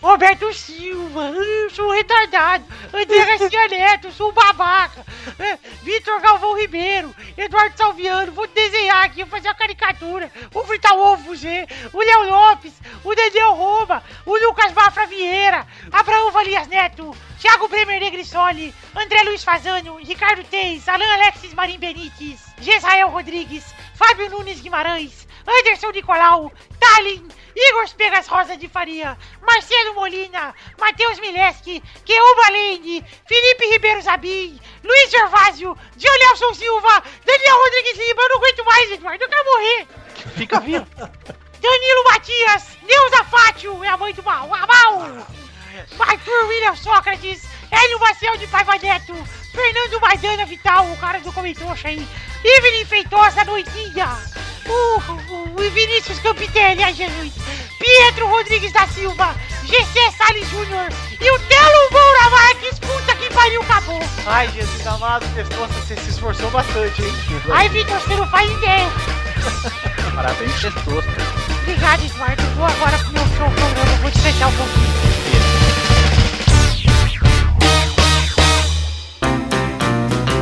[SPEAKER 8] Roberto Silva, eu sou um retardado. André Garcia Neto, eu sou um babaca. É, Vitor Galvão Ribeiro, Eduardo Salviano, vou desenhar aqui, vou fazer uma caricatura. Vou fritar o ovo pro G, o Léo Lopes, o Daniel Roma, o Lucas Bafra Vieira, Abraão Valias Neto, Thiago Bremer Negrisoli, André Luiz Fazano, Ricardo Teis, Alan Alexis Marim Benites, Gesael Rodrigues, Fábio Nunes Guimarães, Anderson Nicolau, Tallin, Igor Pegas Rosa de Faria, Marcelo Molina, Matheus Mileski, Keuba Lane, Felipe Ribeiro Zabim, Luiz Gervásio, Diolelson Silva, Daniel Rodrigues Lima, eu não aguento mais, Eduardo, eu quero morrer.
[SPEAKER 4] Fica vivo.
[SPEAKER 8] Danilo Matias, Neuza Fátio, é a mãe do mal, a mal. Arthur William Sócrates, Hélio Maciel de Paiva Neto, Fernando Maidana Vital, o cara do Comitoxa aí, Evelyn Feitosa Noitinha, o, o, o Vinícius Campitelli, ai Jesus, Pietro Rodrigues da Silva, GC Salles Júnior e o Telo Moura Marques, puta que pariu, acabou.
[SPEAKER 5] Ai, Jesus amado, Testosta, você se esforçou bastante, hein?
[SPEAKER 8] Ai, Vitor, você não faz ideia.
[SPEAKER 4] Parabéns, testoso.
[SPEAKER 8] Obrigado, Eduardo. Vou agora pro meu show programa, vou desfechar um pouquinho.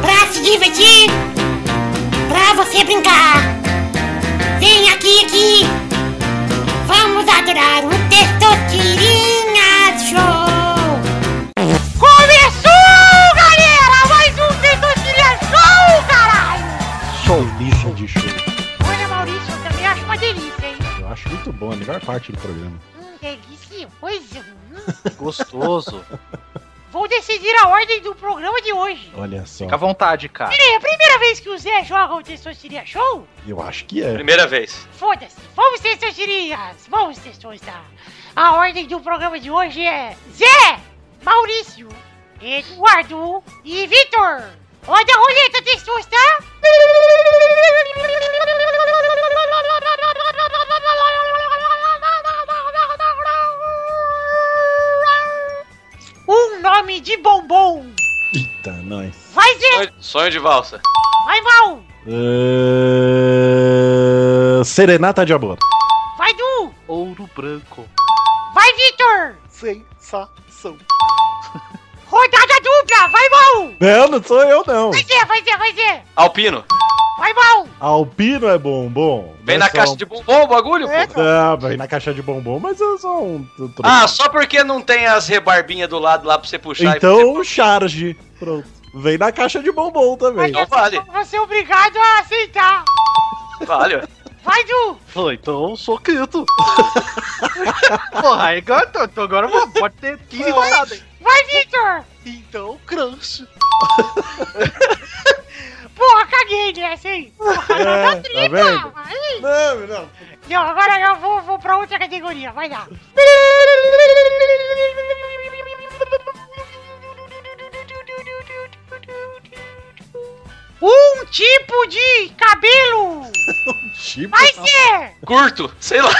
[SPEAKER 13] Pra se divertir, pra você brincar. Vem aqui, aqui. Vamos adorar o Testosterinha Show.
[SPEAKER 8] Começou, galera! Mais um Testosterinha Show, caralho!
[SPEAKER 3] Solista de show.
[SPEAKER 8] Olha, Maurício, eu também acho uma delícia, hein?
[SPEAKER 3] Eu acho muito bom, a melhor parte do programa.
[SPEAKER 8] Hum, delicioso. Hum.
[SPEAKER 4] Gostoso.
[SPEAKER 8] Vou decidir a ordem do programa de hoje.
[SPEAKER 3] Olha só.
[SPEAKER 4] Fica à vontade, cara.
[SPEAKER 8] Peraí, é a primeira vez que o Zé joga o Testosterinha Show?
[SPEAKER 3] Eu acho que é.
[SPEAKER 6] Primeira vez.
[SPEAKER 8] Foda-se! Vamos, Testosterinhas! Vamos, Testosta! A ordem do programa de hoje é Zé, Maurício, Eduardo e Vitor! Roda a roleta, Testosta! Um nome de bombom!
[SPEAKER 3] Eita, nós.
[SPEAKER 8] Vai, Zé!
[SPEAKER 6] Sonho de valsa.
[SPEAKER 8] Vai, Val!
[SPEAKER 3] Ah, Serenata de amor.
[SPEAKER 8] Vai, Du!
[SPEAKER 4] Ouro branco.
[SPEAKER 8] Vai, Vitor!
[SPEAKER 5] Sensação.
[SPEAKER 8] Rodada dupla! Vai, Val!
[SPEAKER 3] Não, não sou eu não.
[SPEAKER 8] Vai, Zé! Vai, Zé! Vai, Zé!
[SPEAKER 6] Alpino.
[SPEAKER 8] Vai, Val!
[SPEAKER 3] Alpino é bombom. Mas
[SPEAKER 6] Vem na
[SPEAKER 3] só
[SPEAKER 6] caixa
[SPEAKER 3] um-
[SPEAKER 6] de bombom o bagulho, pô.
[SPEAKER 3] Ah, vem na caixa de bombom, mas eu sou um. outro-
[SPEAKER 6] Ah, só porque não tem as rebarbinhas do lado lá pra você puxar. e
[SPEAKER 3] então charge. Pronto. Vem na caixa de bombom também.
[SPEAKER 6] Então vale.
[SPEAKER 8] Você é obrigado a aceitar!
[SPEAKER 6] Vale, ué.
[SPEAKER 8] Vai, Du!
[SPEAKER 10] Falou, então eu sou quieto.
[SPEAKER 4] é então, Porra, aí agora, tô- tô- agora pode ter 15 rodadas. hein?
[SPEAKER 8] Vai, Victor!
[SPEAKER 2] Então, crancho.
[SPEAKER 8] Porra, caguei nessa, hein? Porra, não
[SPEAKER 2] É,
[SPEAKER 8] dá
[SPEAKER 2] tá
[SPEAKER 8] tripa!
[SPEAKER 2] vendo?
[SPEAKER 8] mas-
[SPEAKER 2] Não, não.
[SPEAKER 8] Não, agora eu vou, vou pra outra categoria, vai lá. Um tipo de cabelo!
[SPEAKER 2] Um
[SPEAKER 3] Tipo?
[SPEAKER 8] Vai ser!
[SPEAKER 6] Curto, sei lá.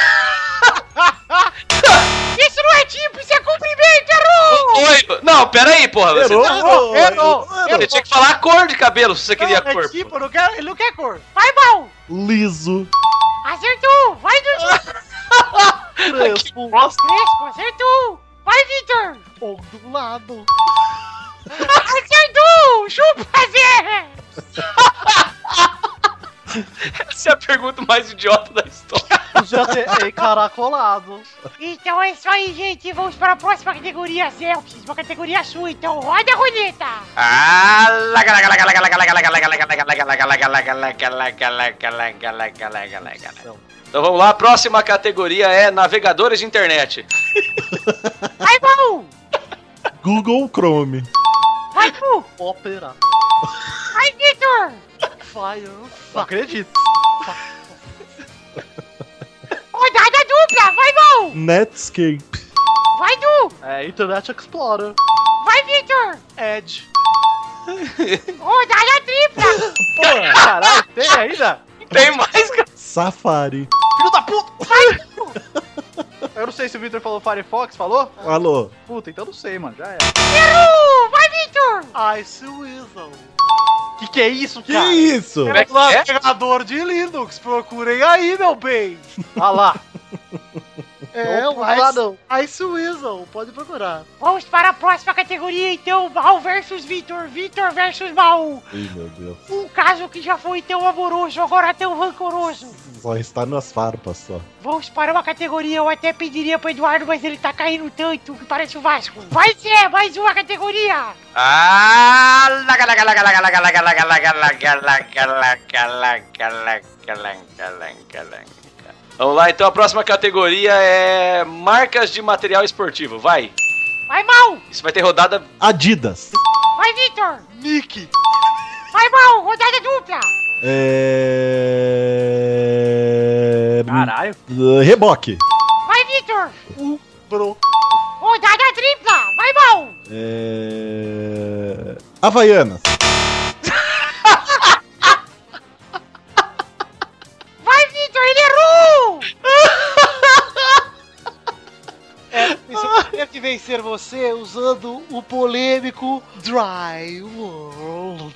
[SPEAKER 8] Isso não é tipo, isso é comprimento, errou!
[SPEAKER 6] Oi, não, peraí, porra. Você,
[SPEAKER 8] Errou, errou, errou,
[SPEAKER 6] você tinha que falar a cor de cabelo se você queria
[SPEAKER 8] Não,
[SPEAKER 6] cor.
[SPEAKER 8] É tipo, não quer, ele não quer cor. Vai, mal!
[SPEAKER 3] Liso.
[SPEAKER 8] Acertou! Vai,
[SPEAKER 2] Ah.
[SPEAKER 8] Dudu!
[SPEAKER 2] Crespo.
[SPEAKER 8] Crespo, acertou! Vai, Victor!
[SPEAKER 2] Ondulado.
[SPEAKER 8] Acertou! Chupa, Zé!
[SPEAKER 6] Essa é a pergunta mais idiota da história.
[SPEAKER 4] Já tem é caracolado.
[SPEAKER 8] Então é isso aí, gente. Vamos para a próxima categoria, Zelps. Uma categoria sua, então roda a roleta.
[SPEAKER 6] Ah, laga, laga, laga, laga, laga, laga, laga, laga, laga, Então vamos lá, a próxima categoria é navegadores de internet.
[SPEAKER 8] Vai, Baú!
[SPEAKER 3] Google Chrome.
[SPEAKER 8] Vai, Fu!
[SPEAKER 4] Opera.
[SPEAKER 8] Vai, Victor!
[SPEAKER 4] Não acredito.
[SPEAKER 8] Rodada dupla! Vai, Baú!
[SPEAKER 3] Netscape.
[SPEAKER 8] Vai, Du!
[SPEAKER 4] É Internet Explorer.
[SPEAKER 8] Vai, Victor!
[SPEAKER 4] Edge.
[SPEAKER 8] Rodada tripla!
[SPEAKER 4] Pô,
[SPEAKER 10] É.
[SPEAKER 4] caralho, tem ainda?
[SPEAKER 6] Tem mais, cara.
[SPEAKER 3] Safari.
[SPEAKER 4] Filho da puta! Eu não sei se o Victor falou Firefox, falou?
[SPEAKER 3] Alô.
[SPEAKER 4] Puta, então não sei, mano. Já é.
[SPEAKER 8] Errou! Vai, Victor!
[SPEAKER 4] Ice Weasel. Que que é isso,
[SPEAKER 3] Que
[SPEAKER 4] cara?
[SPEAKER 3] isso?
[SPEAKER 4] É um navegador de Linux. Procurem aí, meu bem.
[SPEAKER 2] Tá
[SPEAKER 4] Ah lá.
[SPEAKER 2] É,
[SPEAKER 4] Não,
[SPEAKER 2] o
[SPEAKER 4] lá não.
[SPEAKER 2] Ice, Ice Weasel, pode procurar.
[SPEAKER 8] Vamos para a próxima categoria, então. Baú versus Victor. Victor versus Baú.
[SPEAKER 3] Ih, meu Deus.
[SPEAKER 8] Um caso que já foi tão amoroso, agora tão rancoroso.
[SPEAKER 3] Só está nas farpas só.
[SPEAKER 8] Vamos para uma categoria, eu até pediria pro Eduardo, mas ele tá caindo tanto que parece o Vasco. Vai ser mais uma categoria!
[SPEAKER 6] Ah, laga, laga, laga, laga, laga, laga, laga, laga, laga, laga, laga, laga, laga, laga, laga, laga. Vamos lá, então a próxima categoria é marcas de material esportivo. Vai.
[SPEAKER 8] Vai mal!
[SPEAKER 6] Isso vai ter rodada.
[SPEAKER 3] Adidas.
[SPEAKER 8] Vai, Victor!
[SPEAKER 4] Nick!
[SPEAKER 8] Vai mal! Rodada dupla!
[SPEAKER 3] É...
[SPEAKER 4] Caralho.
[SPEAKER 3] Reboque.
[SPEAKER 8] Vai, Victor!
[SPEAKER 4] O bro.
[SPEAKER 8] Rodada tripla! Vai mal!
[SPEAKER 3] É... Havaianas.
[SPEAKER 8] Vai, Victor! Ele errou!
[SPEAKER 2] É, eu teria que vencer você usando o polêmico Dry World.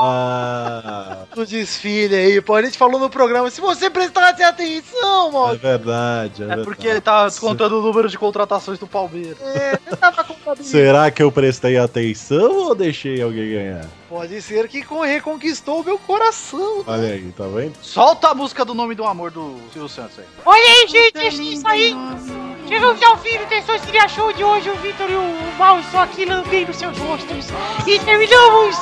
[SPEAKER 3] Ah,
[SPEAKER 2] O desfile aí, pô. A gente falou no programa, se você prestasse atenção,
[SPEAKER 3] é
[SPEAKER 2] mano.
[SPEAKER 3] verdade, é,
[SPEAKER 4] É
[SPEAKER 3] verdade.
[SPEAKER 4] porque ele tá contando o número de contratações do Palmeiras.
[SPEAKER 2] É, você tava com medo.
[SPEAKER 3] Será que eu prestei atenção ou deixei alguém ganhar?
[SPEAKER 2] Pode ser que con- reconquistou o meu coração.
[SPEAKER 3] Olha aí, tá vendo?
[SPEAKER 4] Solta a música do nome do amor do Silvio Santos aí.
[SPEAKER 8] Olha aí, gente! É isso aí! Chegamos ao fim do Testosterinha Show de hoje. O Victor e o Mal só aqui lambendo seus rostos. E terminamos!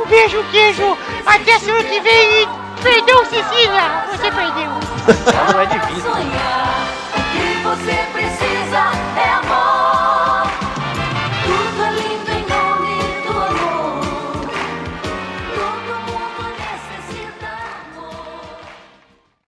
[SPEAKER 8] Um beijo, queijo! Até semana que vem! E perdeu, Cecília! Você perdeu!
[SPEAKER 5] Sonhar que você precisa. é